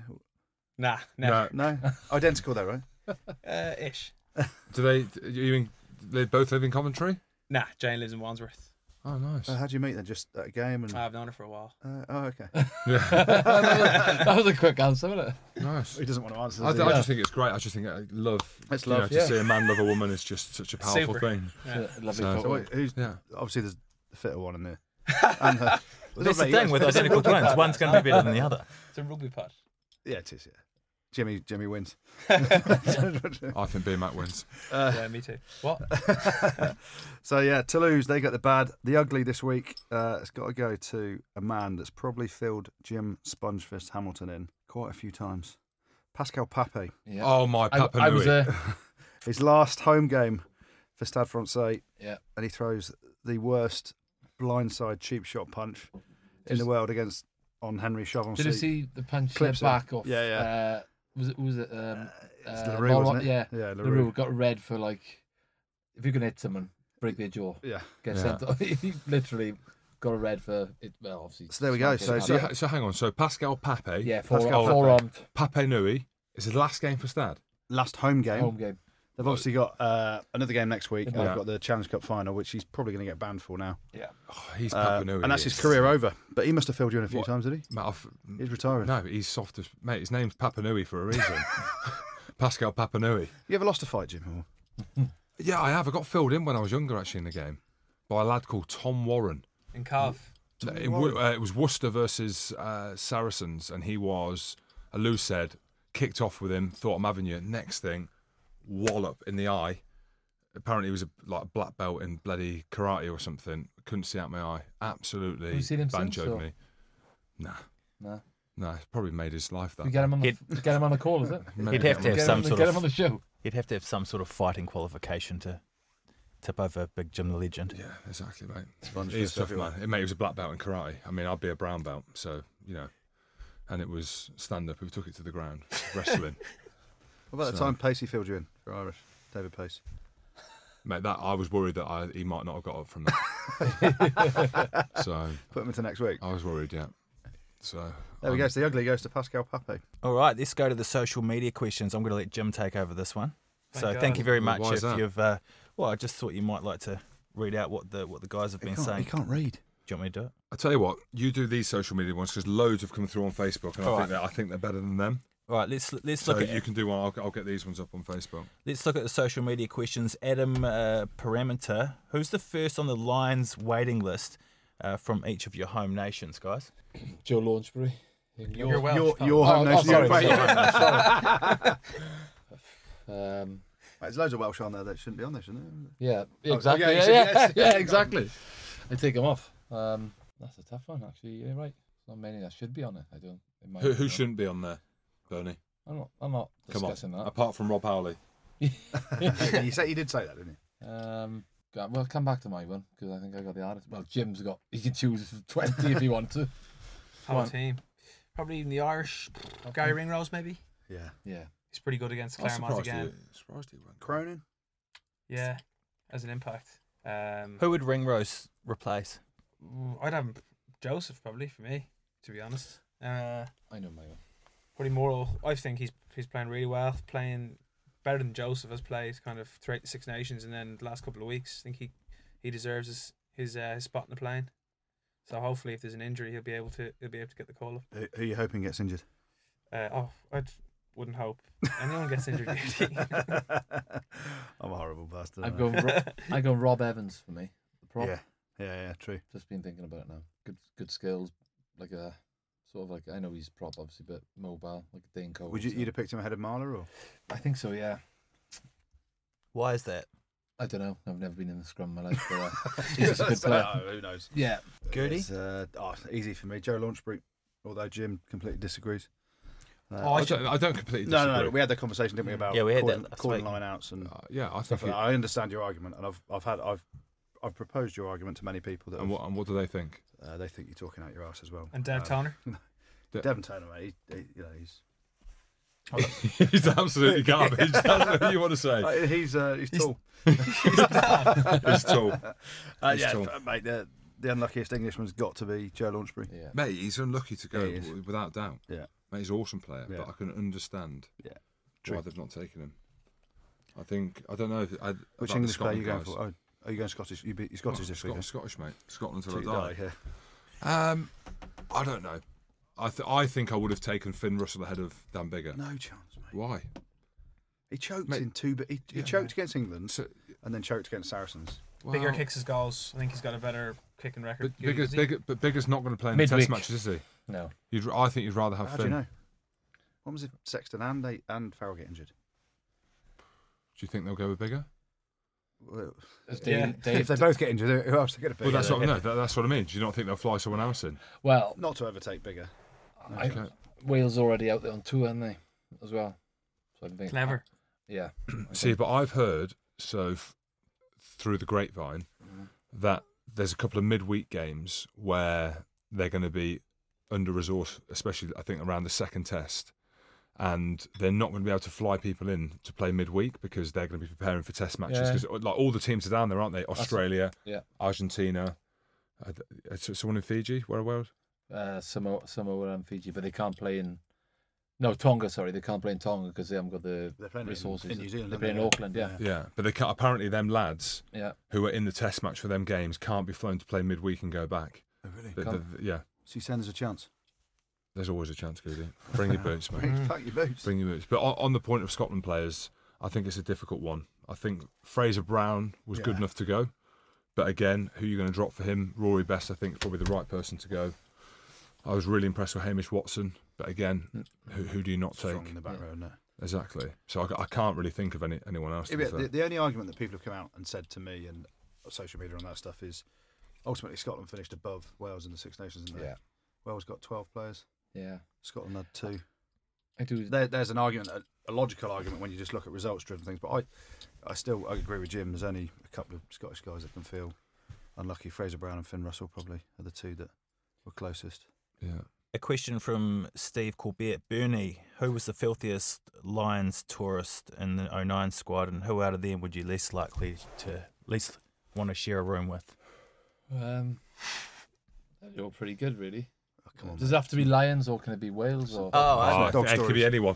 Nah, never.
No, *laughs*
no? Identical though, right?
Uh, ish.
do they? You in, they both live in Coventry?
Nah, Jane lives in Wandsworth.
Oh, nice.
Uh, how do you meet then? Just at a game and.
I've known her for a while.
Uh,
*laughs*
oh, okay.
Yeah,
that was a quick answer, wasn't it?
nice.
doesn't want to answer?
I, I just think it's great. I just think I love.
It's
you know,
love,
to
yeah.
see a man love a woman is just such a powerful
Super.
thing.
Yeah.
So-
Lovely
So
photo.
wait, who's
Yeah.
obviously there's the fitter one in
*laughs*
there. And her.
Well, that's the
Lovely, yes.
thing with identical twins. One's going to be better than the other.
It's a rugby pod.
Yeah, it is. Yeah. Jimmy, Jimmy
*laughs*
wins. *laughs*
I think B Mac wins.
yeah, me too. What?
So yeah, Toulouse they get the bad, the ugly this week. Uh, it's got to go to a man that's probably filled Jim Spongefist Hamilton in quite a few times. Pascal Pape.
Yeah.
Oh my
I,
Papa
I was uh,
Nui.
there.
His last home game for Stade Francais,
Yeah.
and he throws the worst blindside cheap shot punch in the world against on Henry Chavancy.
Did you see the punch in the
Clips him.
back off?
Yeah, yeah.
Uh, was it? Was it? Um,
It's
uh,
Leroux, wasn't
Moron-
it?
Yeah,
Yeah,
Leroux.
Leroux.
got red for like, if you can hit someone, break their jaw,
Yeah.
get
Yeah.
sent *laughs* off. he literally got a red for it. Well, obviously.
So there we go.
smacking
So-
So,
it.
so hang on. So Pascal Pape,
uh, yeah, four,
Pascal
forearmed
Pape.
forearmed
Pape Nui is his last game for Stad.
Last home game.
home game.
They've obviously got uh, another game next week. and
Yeah.
They've got the Challenge Cup final, which he's probably going to get banned for now.
Oh, he's
Uh,
Papa Nui.
and that's his
is-
career over. But he must have filled you in a few
What?
times, did he?
Mate, I've-
He's retiring.
no, he's soft as mate. His name's Papa Nui for a reason. *laughs* Pascal Papa Nui.
You ever lost a fight, Jim? Or?
Yeah, I have. I got filled in when I was younger, actually, in the game by a lad called Tom Warren.
In Carve.
It, wo- uh, it was Worcester versus uh, Saracens, and he was a loose head, kicked off with him, thought I'm having you. Next thing, wallop in the eye. Apparently, he was a, like a black belt in bloody karate or something. Couldn't see out my eye. Absolutely
Have you seen him since,
banjoed
or-
me. Nah,
Nah.
nah, it's probably made his life that.
We get him on the
He'd-
get him on the call, is it?
*laughs*
Maybe
He'd have to
Get
have
him
some
on the-
sort
get him on
of
the show.
he'd have to have some sort of fighting qualification to tip over Big Jim the Legend.
Yeah, exactly, mate.
Sponge
He's a
fist
tough
everywhere.
man. It, mate, he was a black belt in karate. I mean, I'd be a brown belt, so you know. And it was stand up. We took it to the ground. Wrestling,
What about the
So-
time Pacey filled you in for Irish? David Pace.
mate. That I was worried that I, he might not have got up from that. so
Put him into next week.
I was worried, yeah. So
There we
um,
go. So the ugly goes to Pascal Pape.
All right, let's go to the social media questions. I'm going to let Jim take over this one. so
God.
thank you very
Why
much
is
if
that?
you've. Uh, well, I just thought you might like to read out what the what the guys have been saying.
can't read.
Do you want me to do it?
I tell you what, you do these social media ones because loads have come through on Facebook, and I
All
think
right.
they're, I think they're better than them.
All right, let's let's
So
look at
you can do one. I'll, I'll get these ones up on Facebook.
let's look at the social media questions. Adam uh, Parameter, who's the first on the Lions waiting list uh, from each of your home nations, guys?
Joe Launchbury.
You're Welsh.
Your,
pal.
your home
Oh, oh,
nation.
sorry,
Right,
sorry.
yeah.
*laughs* Um,
There's loads of Welsh on there that shouldn't be on there, shouldn't there?
yeah,
Oh,
exactly.
yeah,
*laughs* Yeah,
you said
yeah, yeah, exactly. I take him off. Um, that's a tough one, actually. Yeah, right. There's not many that should be on it. I don't. In my
Who, who
opinion.
shouldn't be on there, Bernie?
I'm not. I'm not
Come on.
discussing
*laughs* Apart from Rob Howley.
that.
*laughs*
you say you did say that, didn't you?
*laughs* um, go- well, come back to my one because I think I got the hardest. Well, Jim's got. He can choose *laughs* twenty if he wants to.
Whole
on.
team. Probably even the Irish. Gary Ringrose, maybe.
Yeah.
Yeah.
He's pretty good against
I'm
Claremont
surprised
again.
you, surprised you weren't.
Cronin.
Yeah, as an impact. Um,
Who would Ringrose replace?
ooh, I'd have Joseph probably for me, to be honest. Uh,
I know my one.
Buddy Morrow, I think he's he's playing really well, playing better than Joseph has played kind of throughout the Six Nations and then the last couple of weeks. I think he he deserves his his, uh, his spot in the plane. So hopefully, if there's an injury, he'll be able to he'll be able to get the call up.
Who, who are you hoping gets injured?
Uh, oh, I wouldn't hope anyone gets injured.
*laughs*
really.
I'm a horrible bastard.
I'm
aren't
*laughs*
going.
*laughs*
Ro- I go Rob Evans for me. The
I?
prop.
Yeah. Yeah, yeah, true.
Just been thinking about it now. Good, good skills. Like a sort of like I know he's prop obviously, but mobile like a Dane Cole.
Would you
so-
you'd have picked him ahead of Marler or?
I think so. Yeah.
Why is that?
I don't know. I've never been in the scrum in my life. But, *laughs* uh, he's
*laughs*
a good player.
oh, who knows?
Yeah.
Goody?
It's, Uh, oh, easy for me. Joe Launchbury, although Jim completely disagrees. Uh,
Oh, I, don't, I don't completely
no,
disagree.
no, no, we had that conversation, didn't we? About
Yeah, we had
calling,
that last
calling
week.
line outs and
Uh, yeah, I think.
stuff.
It,
Like that. I understand your argument, and I've I've had I've I've proposed your argument to many people that
and, what, and what do they think? *laughs*
have- uh, they think you're talking out your ass as well.
and Dev
Um, *laughs*
Toner,
Devon Turner, mate, he, he, you know he's
He's absolutely garbage. *laughs* That's what you want to say.
*laughs* Uh, he's uh, he's, tall.
He's tall.
Uh,
he's
yeah,
tall.
f- mate, the, the unluckiest Englishman's got to be Joe Launchbury.
Yeah.
Mate, he's unlucky to go
Yeah, he is.
w- without doubt.
Yeah.
Mate, he's an awesome player,
Yeah.
but I can understand
Yeah.
why
True.
they've not taken him. I think I don't know. If, I, about
Which
the
English player are
Scotland
you going
guys.
for? Oh, are you going Scottish? You be, you're
Oh,
Scottish this
Scot-
weekend.
Scottish, mate. Scotland till
Till you
I die.
*laughs* die, yeah.
Um, I don't know. I th- I think I would have taken Finn Russell ahead of Dan Bigger.
No chance, mate.
Why?
He choked
Mate-
in two, but he, he
Yeah,
choked
mate.
against England
So-
and then choked against Saracens.
bigger
Well,
kicks his goals. I think he's got a better kicking record.
But bigger's,
Does he?
bigger, but bigger's not going to play in the test
Midweek.
matches, is he?
No.
You'd, I think you'd rather have
How do
Finn.
you know? When was it Sexton and they, and Farrell get injured?
Do you think they'll go with bigger?
Well,
As
Yeah.
Dane,
if
*laughs* Dave,
they both get injured, who else are going to be?
Well, that's what I know. That, that's what I mean. Do you not think they'll fly someone else in?
well,
Not to overtake bigger.
I-
Okay.
Wales already out there on tour, aren't they? As well. So I think
Clever.
*clears throat*
Yeah. I
See,
think-
but I've heard so f- through the grapevine
Mhm.
that there's a couple of midweek games where they're going to be under resourced, especially I think around the second test, and they're not going to be able to fly people in to play midweek because they're going to be preparing for test matches.
Yeah.
Because like all the teams are down there, aren't they?
it.
Australia,
Yeah.
Argentina, uh, th- uh, so- someone in Fiji. Where where?
uh, Samoa, Samoa and Fiji, but they can't play in. No, Tonga. Sorry, they can't play in Tonga because they haven't got the
They're playing
resources.
in New Zealand.
They're playing in Auckland. Yeah.
Yeah, but they can't, apparently them lads
Yeah.
who are in the test match for them games can't be flown to play midweek and go back.
Oh, really?
Th-
Can't.
th- yeah.
So you saying there's a chance? *laughs*
There's always a chance, Goody. Bring your boots, mate.
Bring back your boots.
Bring your boots. But on, on the point of Scotland players, I think it's a difficult one. I think Fraser Brown was good
Yeah.
enough to go. But again, who you going to drop for him? Rory Best, I think, is probably the right person to go. I was really impressed with Hamish Watson. But again, who, who do you not take?
Strong in the back row, no.
Exactly. So I, ca- I can't really think of any, anyone else. To be
Yeah, but
fair.
the, the only argument that people have come out and said to me and social media on that stuff is ultimately Scotland finished above Wales in the Six Nations, didn't they?
Yeah.
Wales got 12 players,
Yeah.
Scotland had two.
I do.
There, there's an argument, a, a logical argument when you just look at results driven things, but I, I still I agree with Jim. There's only a couple of Scottish guys that can feel unlucky. Fraser Brown and Finn Russell probably are the two that were closest.
yeah.
A question from Steve Corbett. Bernie, who was the filthiest Lions tourist in
oh
the 09 squad and who out of them would you least likely to least want to share a room with?
Um, you're pretty good, really.
Oh, come on.
Does it have to be Lions or can it be Wales or
Oh,
Oh,
I
it-
dog
it could
stories.
be anyone.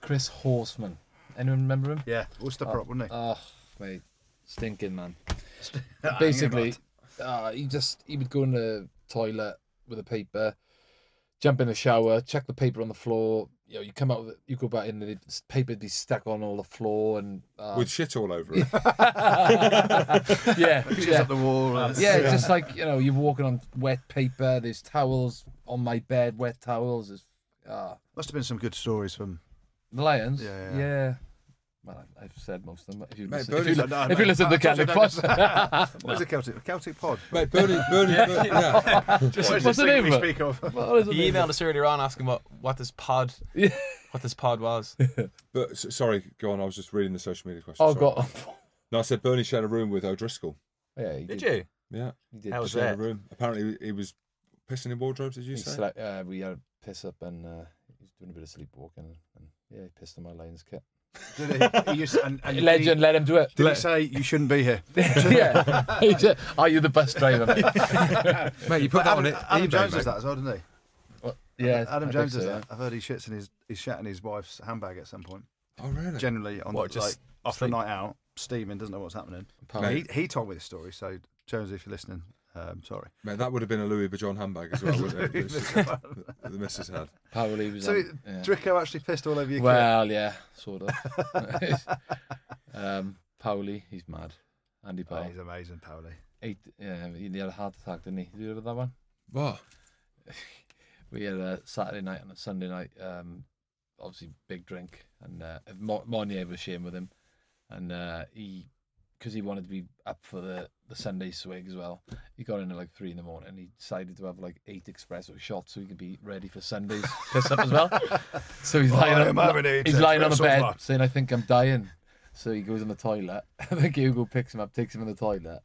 Chris Horseman? Anyone remember him?
Yeah, Ulster prop, wouldn't
Oh, mate, stinking man.
he?
basically, uh, he just he would go in the toilet with a paper, jump in the shower, check the paper on the floor. You know, you come out with it, you go back in, and the paper'd be stuck on all the floor and uh,
With shit all over it.
yeah,
Pictures
yeah. Uh,
up the wall. and-
Yeah, it's just like you know, you're walking on wet paper. There's towels on my bed, wet towels. There's, uh,
Must have been some good stories from
the lions.
Yeah, yeah, yeah.
yeah. Well, I- I've said most of them. If you
Mate,
listen, if you,
Bernie's
li-
like, no, no,
if you listen to
no,
Celtic
no, no,
Fox,
What is it, Celtic? Celtic Pod?
Mate, Bernie, Bernie, Bernie yeah. *laughs*
Just
what's the name
we
of it?
speak of?
What is it?
He emailed us earlier on asking what what this pod
Yeah.
what this pod was.
But s- sorry, go on. I was just reading the social media question.
Oh
sorry.
God!
No, I said Bernie shared a room with O'Driscoll.
Oh, Yeah, he
Did
did.
you?
Yeah,
He did.
How was
shared
that?
a room. Apparently, he was pissing in wardrobes. Did you
He
say?
sla- uh, we had a piss up and uh, he was doing a bit of sleepwalking and yeah, he pissed on my Lions kit.
*laughs* Did he, he used, and, and
Legend,
Did
let him do it.
he, did he say you shouldn't be here?
*laughs* yeah. *laughs* He said, Are you the best driver? *laughs* Mate?
Mate, you put
But
that
Adam,
on it.
Adam
eBay,
Jones
mate.
does that as well, doesn't he?
yeah. I
Adam
think
Jones
so,
does
yeah.
that. I've heard he shits in his he's shat in his wife's handbag at some point.
Oh really?
Generally on
What,
the, like
just
after a
sleep?
night out, steaming, doesn't know what's happening.
Apparently.
Mate.
He he told me the story, so Jones, if you're listening, um, sorry.
Mate, that would have been a Louis Bajon handbag as well,
*laughs*
wouldn't it? *laughs* the missus had.
Apparently he was
So
on- yeah.
Drico actually pissed all over your kit.
Well, yeah, sort of. *laughs*
*laughs*
um, Powley, he's mad. Andy
Oh,
Powell.
he's amazing, Paoli.
Eight, yeah, he had a heart attack, didn't he? Did you hear of that one?
What?
We had a Saturday night and a Sunday night. Um, obviously, big drink, and uh, Mo- Monier was sharing with him, and uh, he, because he wanted to be up for the the Sunday swig as well. He got in at like three in the morning, and he decided to have like eight espresso shots so he could be ready
*laughs*
for Sunday's piss up as well. So he's lying
Oh, I
on,
am having eight
he's lying on a
espresso
bed
shots.
saying, "I think I'm dying." So he goes in the toilet. *laughs* I think Hugo picks him up, takes him in the toilet.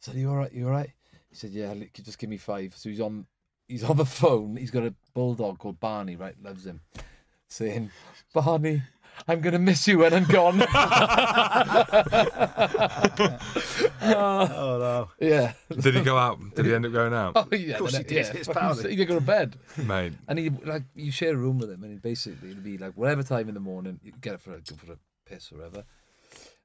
said, "You all right? You all right?" He said, "Yeah, look, just give me five. So he's on, he's on the phone. He's got a bulldog called Barney, right? Loves him, saying, "Barney, I'm gonna miss you when
*laughs*
I'm gone." *laughs*
Oh no.
yeah.
*laughs*
*laughs*
Did he go out? Did he end up going out? *laughs*
Oh yeah. Of
course he did, it's Barney.
He did go to bed,
Mate,
and he like you share a room with him, and he basically it'd be like whatever time in the morning you get up for a go for a piss or whatever.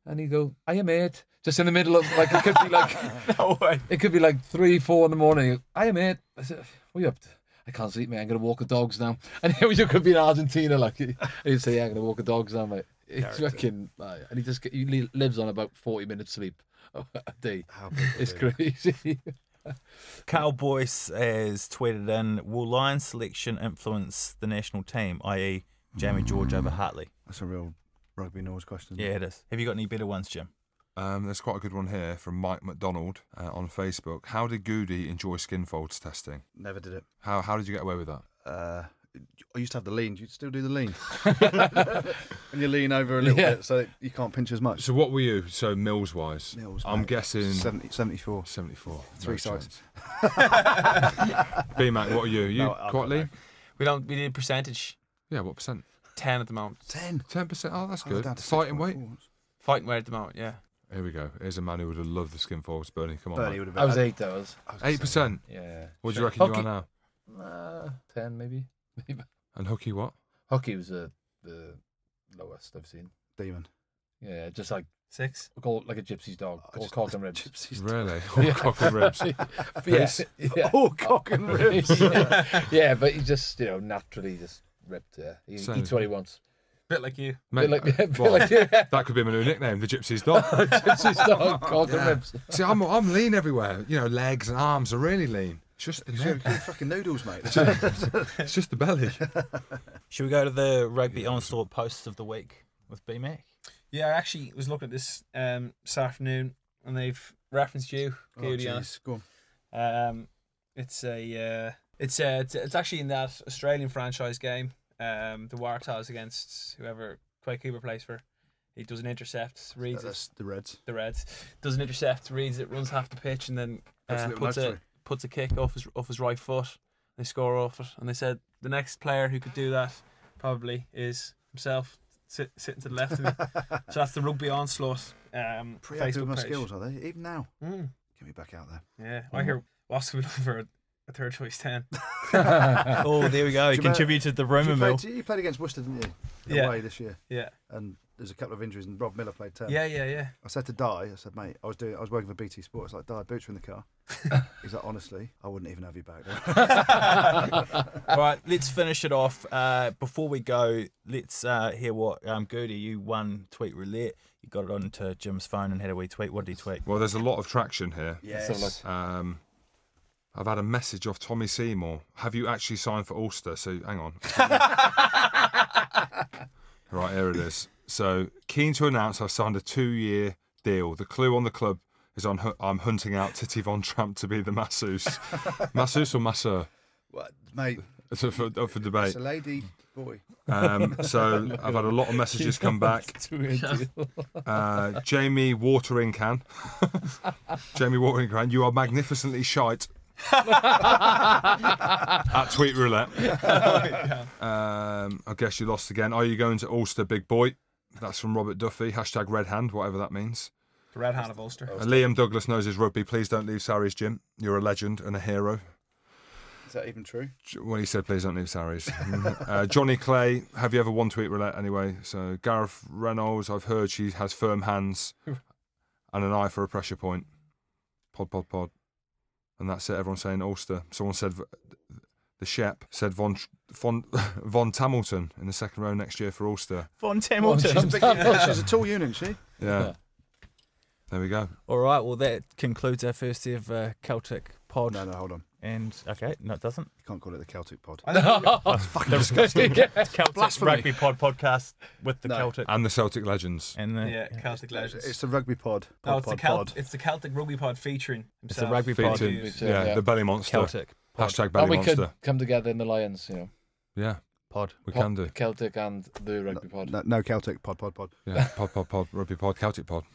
And he go, I am it. Just in the middle of like it could be like
No way.
It could be like three, four in the morning. I am it. I said, "What are you up to?" I can't sleep, mate. I'm gonna walk the dogs now. *laughs* And it was you could be in Argentina, like he'd say, "Yeah, I'm gonna walk the dogs now, mate." *laughs* It's fucking, uh, and he just get- he li- lives on about forty minutes sleep *laughs* a day.
How big
*laughs* It's crazy.
Carl Boyce has tweeted in Will Lions selection influence the national team, i.e., Jamie George over Hartley?
That's a real rugby noise question.
Yeah, it is. Have you got any better ones, Jim?
Um, there's quite a good one here from Mike McDonald uh, on Facebook. How did Goody enjoy skin folds testing?
Never did it.
How how did you get away with that?
Uh, I used to have the lean. Do you still do the lean? *laughs* and you lean over a little
Yeah.
bit so that you can't pinch as much.
So what were you? So mills wise,
Mills,
I'm
mate.
guessing
70, 74.
74.
Three sides.
B Mac, what are you? Are you
No, I
quite
don't know.
lean?
We don't we need a percentage.
Yeah, what percent?
Ten at the moment.
10.
Ten percent. Oh, that's
I was
good.
down to
Fighting weight.
6.4.
Fighting weight at the moment, yeah.
Here we go. Here's a man who would have loved the skin folds, Bernie. Come
Bernie
on.
would have been.
I was eight hours.
Eight percent.
Yeah,
What do you reckon
Hockey.
you are now?
uh, ten maybe.
And hooky what?
Hockey was the the lowest I've seen.
demon.
Yeah, just like
Six.
called like a gypsy's dog,
I
all
Oh, just-
cock and ribs.
Gypsies.
Really? All cock and
*laughs*
ribs.
*laughs*
But
Piss.
yeah, *laughs* yeah.
All Oh, cock and ribs.
yeah. *laughs* Yeah, but he just, you know, naturally just ripped Yeah, He
So-
eats what he wants.
Bit like you.
*laughs* Mate,
bit like, *laughs* bit
what?
like yeah,
That could be my new nickname, the Gypsy's Dog.
gypsy's
*laughs*
dog, cock and
Yeah.
ribs.
See, I'm I'm lean everywhere. You know, legs and arms are really lean. It's just the
You're
neck.
good fucking
*laughs*
noodles, mate.
*laughs*
It's just the belly.
Should we go to the rugby onslaught posts of the week with B Mac?
Yeah, I actually was looking at this um, this afternoon, and they've referenced you,
Oh,
Cody, on it.
jeez, go on.
Um, it's a uh, it's a it's, it's actually in that Australian franchise game. Um, the Waratahs against whoever Quay Cooper plays for. He does an intercept, reads it, Uh,
That's the Reds.
the Reds. Does an intercept, reads it, runs half the pitch, and then
That's a
uh,
little
puts
luxury.
a puts a kick off his off his right foot. They score off it, and they said the next player who could do that probably is himself sit, sitting to the left of me. so that's the rugby onslaught. Um,
Pretty happy
Facebook
with my
page.
skills, are they? Even now.
Mm.
Get me back out there.
Yeah, I hear Wasps would looking for a, a third choice ten.
*laughs* Oh, there we go. He
Do you remember-
contributed the
You
rumour mill.
played, you played against Worcester, didn't you?
Yeah.
Away this year.
Yeah,
And there's a couple of injuries, and Rob Miller played 10.
yeah, yeah, yeah.
I said to Di, I said, mate, I was doing, I was working for BT Sports. Like, Di, boots were in
*laughs*
the car. He's like, honestly, I wouldn't even have you back.
All right, let's finish it off. Uh, before we go, let's uh, hear what um, Goody, you won tweet roulette. You got it onto Jim's phone and had a wee tweet. What did he tweet?
Well, there's a lot of traction here.
Let's have a look.
Um, I've had a message off Tommy Seymour. Have you actually signed for Ulster? So hang on. *laughs* Right, here it is. So, keen to announce I've signed a two year deal. The clue on the club is on hu- I'm hunting out Titty Von Tramp to be the masseuse. masseuse or masseur?
What, mate,
It's up for, up for debate.
it's a lady boy.
Um, so, I've had a lot of messages come back. Uh, Jamie Watering Can. *laughs* Jamie Watering Can, you are magnificently shite. At Tweet Roulette. um, I guess you lost again. Are you going to Ulster, big boy? That's from Robert Duffy. Hashtag red hand, whatever that means.
The Red Hand of Ulster.
Uh, Liam Douglas knows his rugby. Please don't leave Sarries, Jim. You're a legend and a hero.
Is that even
*laughs*
true?
When he said, please don't leave Sarries. uh, Johnny Clay, have you ever won Tweet Roulette anyway? So Gareth Reynolds, I've heard she has firm hands and an eye for a pressure point. Pod, pod, pod. And that's it. Everyone saying Ulster. Someone said v- the Shep said Von, Tr- Von, *laughs* Von Tamilton in the second row next year for Ulster.
Von Hamilton.
*laughs* She's a,
*laughs*
big, she's a tall unit, she.
*laughs*
Yeah. There we go.
All right, well, that concludes our first
uh,
ever Celtic pod.
Oh, No, no, hold on.
And okay, no, it doesn't.
You can't call it the Celtic pod. *laughs*
*laughs*
Fucking disgusting. Celtic Rugby Pod podcast with the
No.
Celtic
And the Celtic Legends.
and the
Yeah, Celtic Legends.
It's the rugby pod. pod
no, Oh, it's
pod,
the Celt-
pod.
it's the Celtic Rugby Pod featuring
It's
himself.
the rugby pod.
Featuring-
Featured,
yeah,
yeah.
the Belly Monster.
Celtic pod.
Hashtag Belly
And we could
Monster.
come together in alliance, you know.
Yeah,
pod.
we
Pod-
can do.
Celtic and the rugby pod.
No, no Celtic pod, pod, pod.
Yeah, pod, pod, pod, rugby pod, Celtic pod.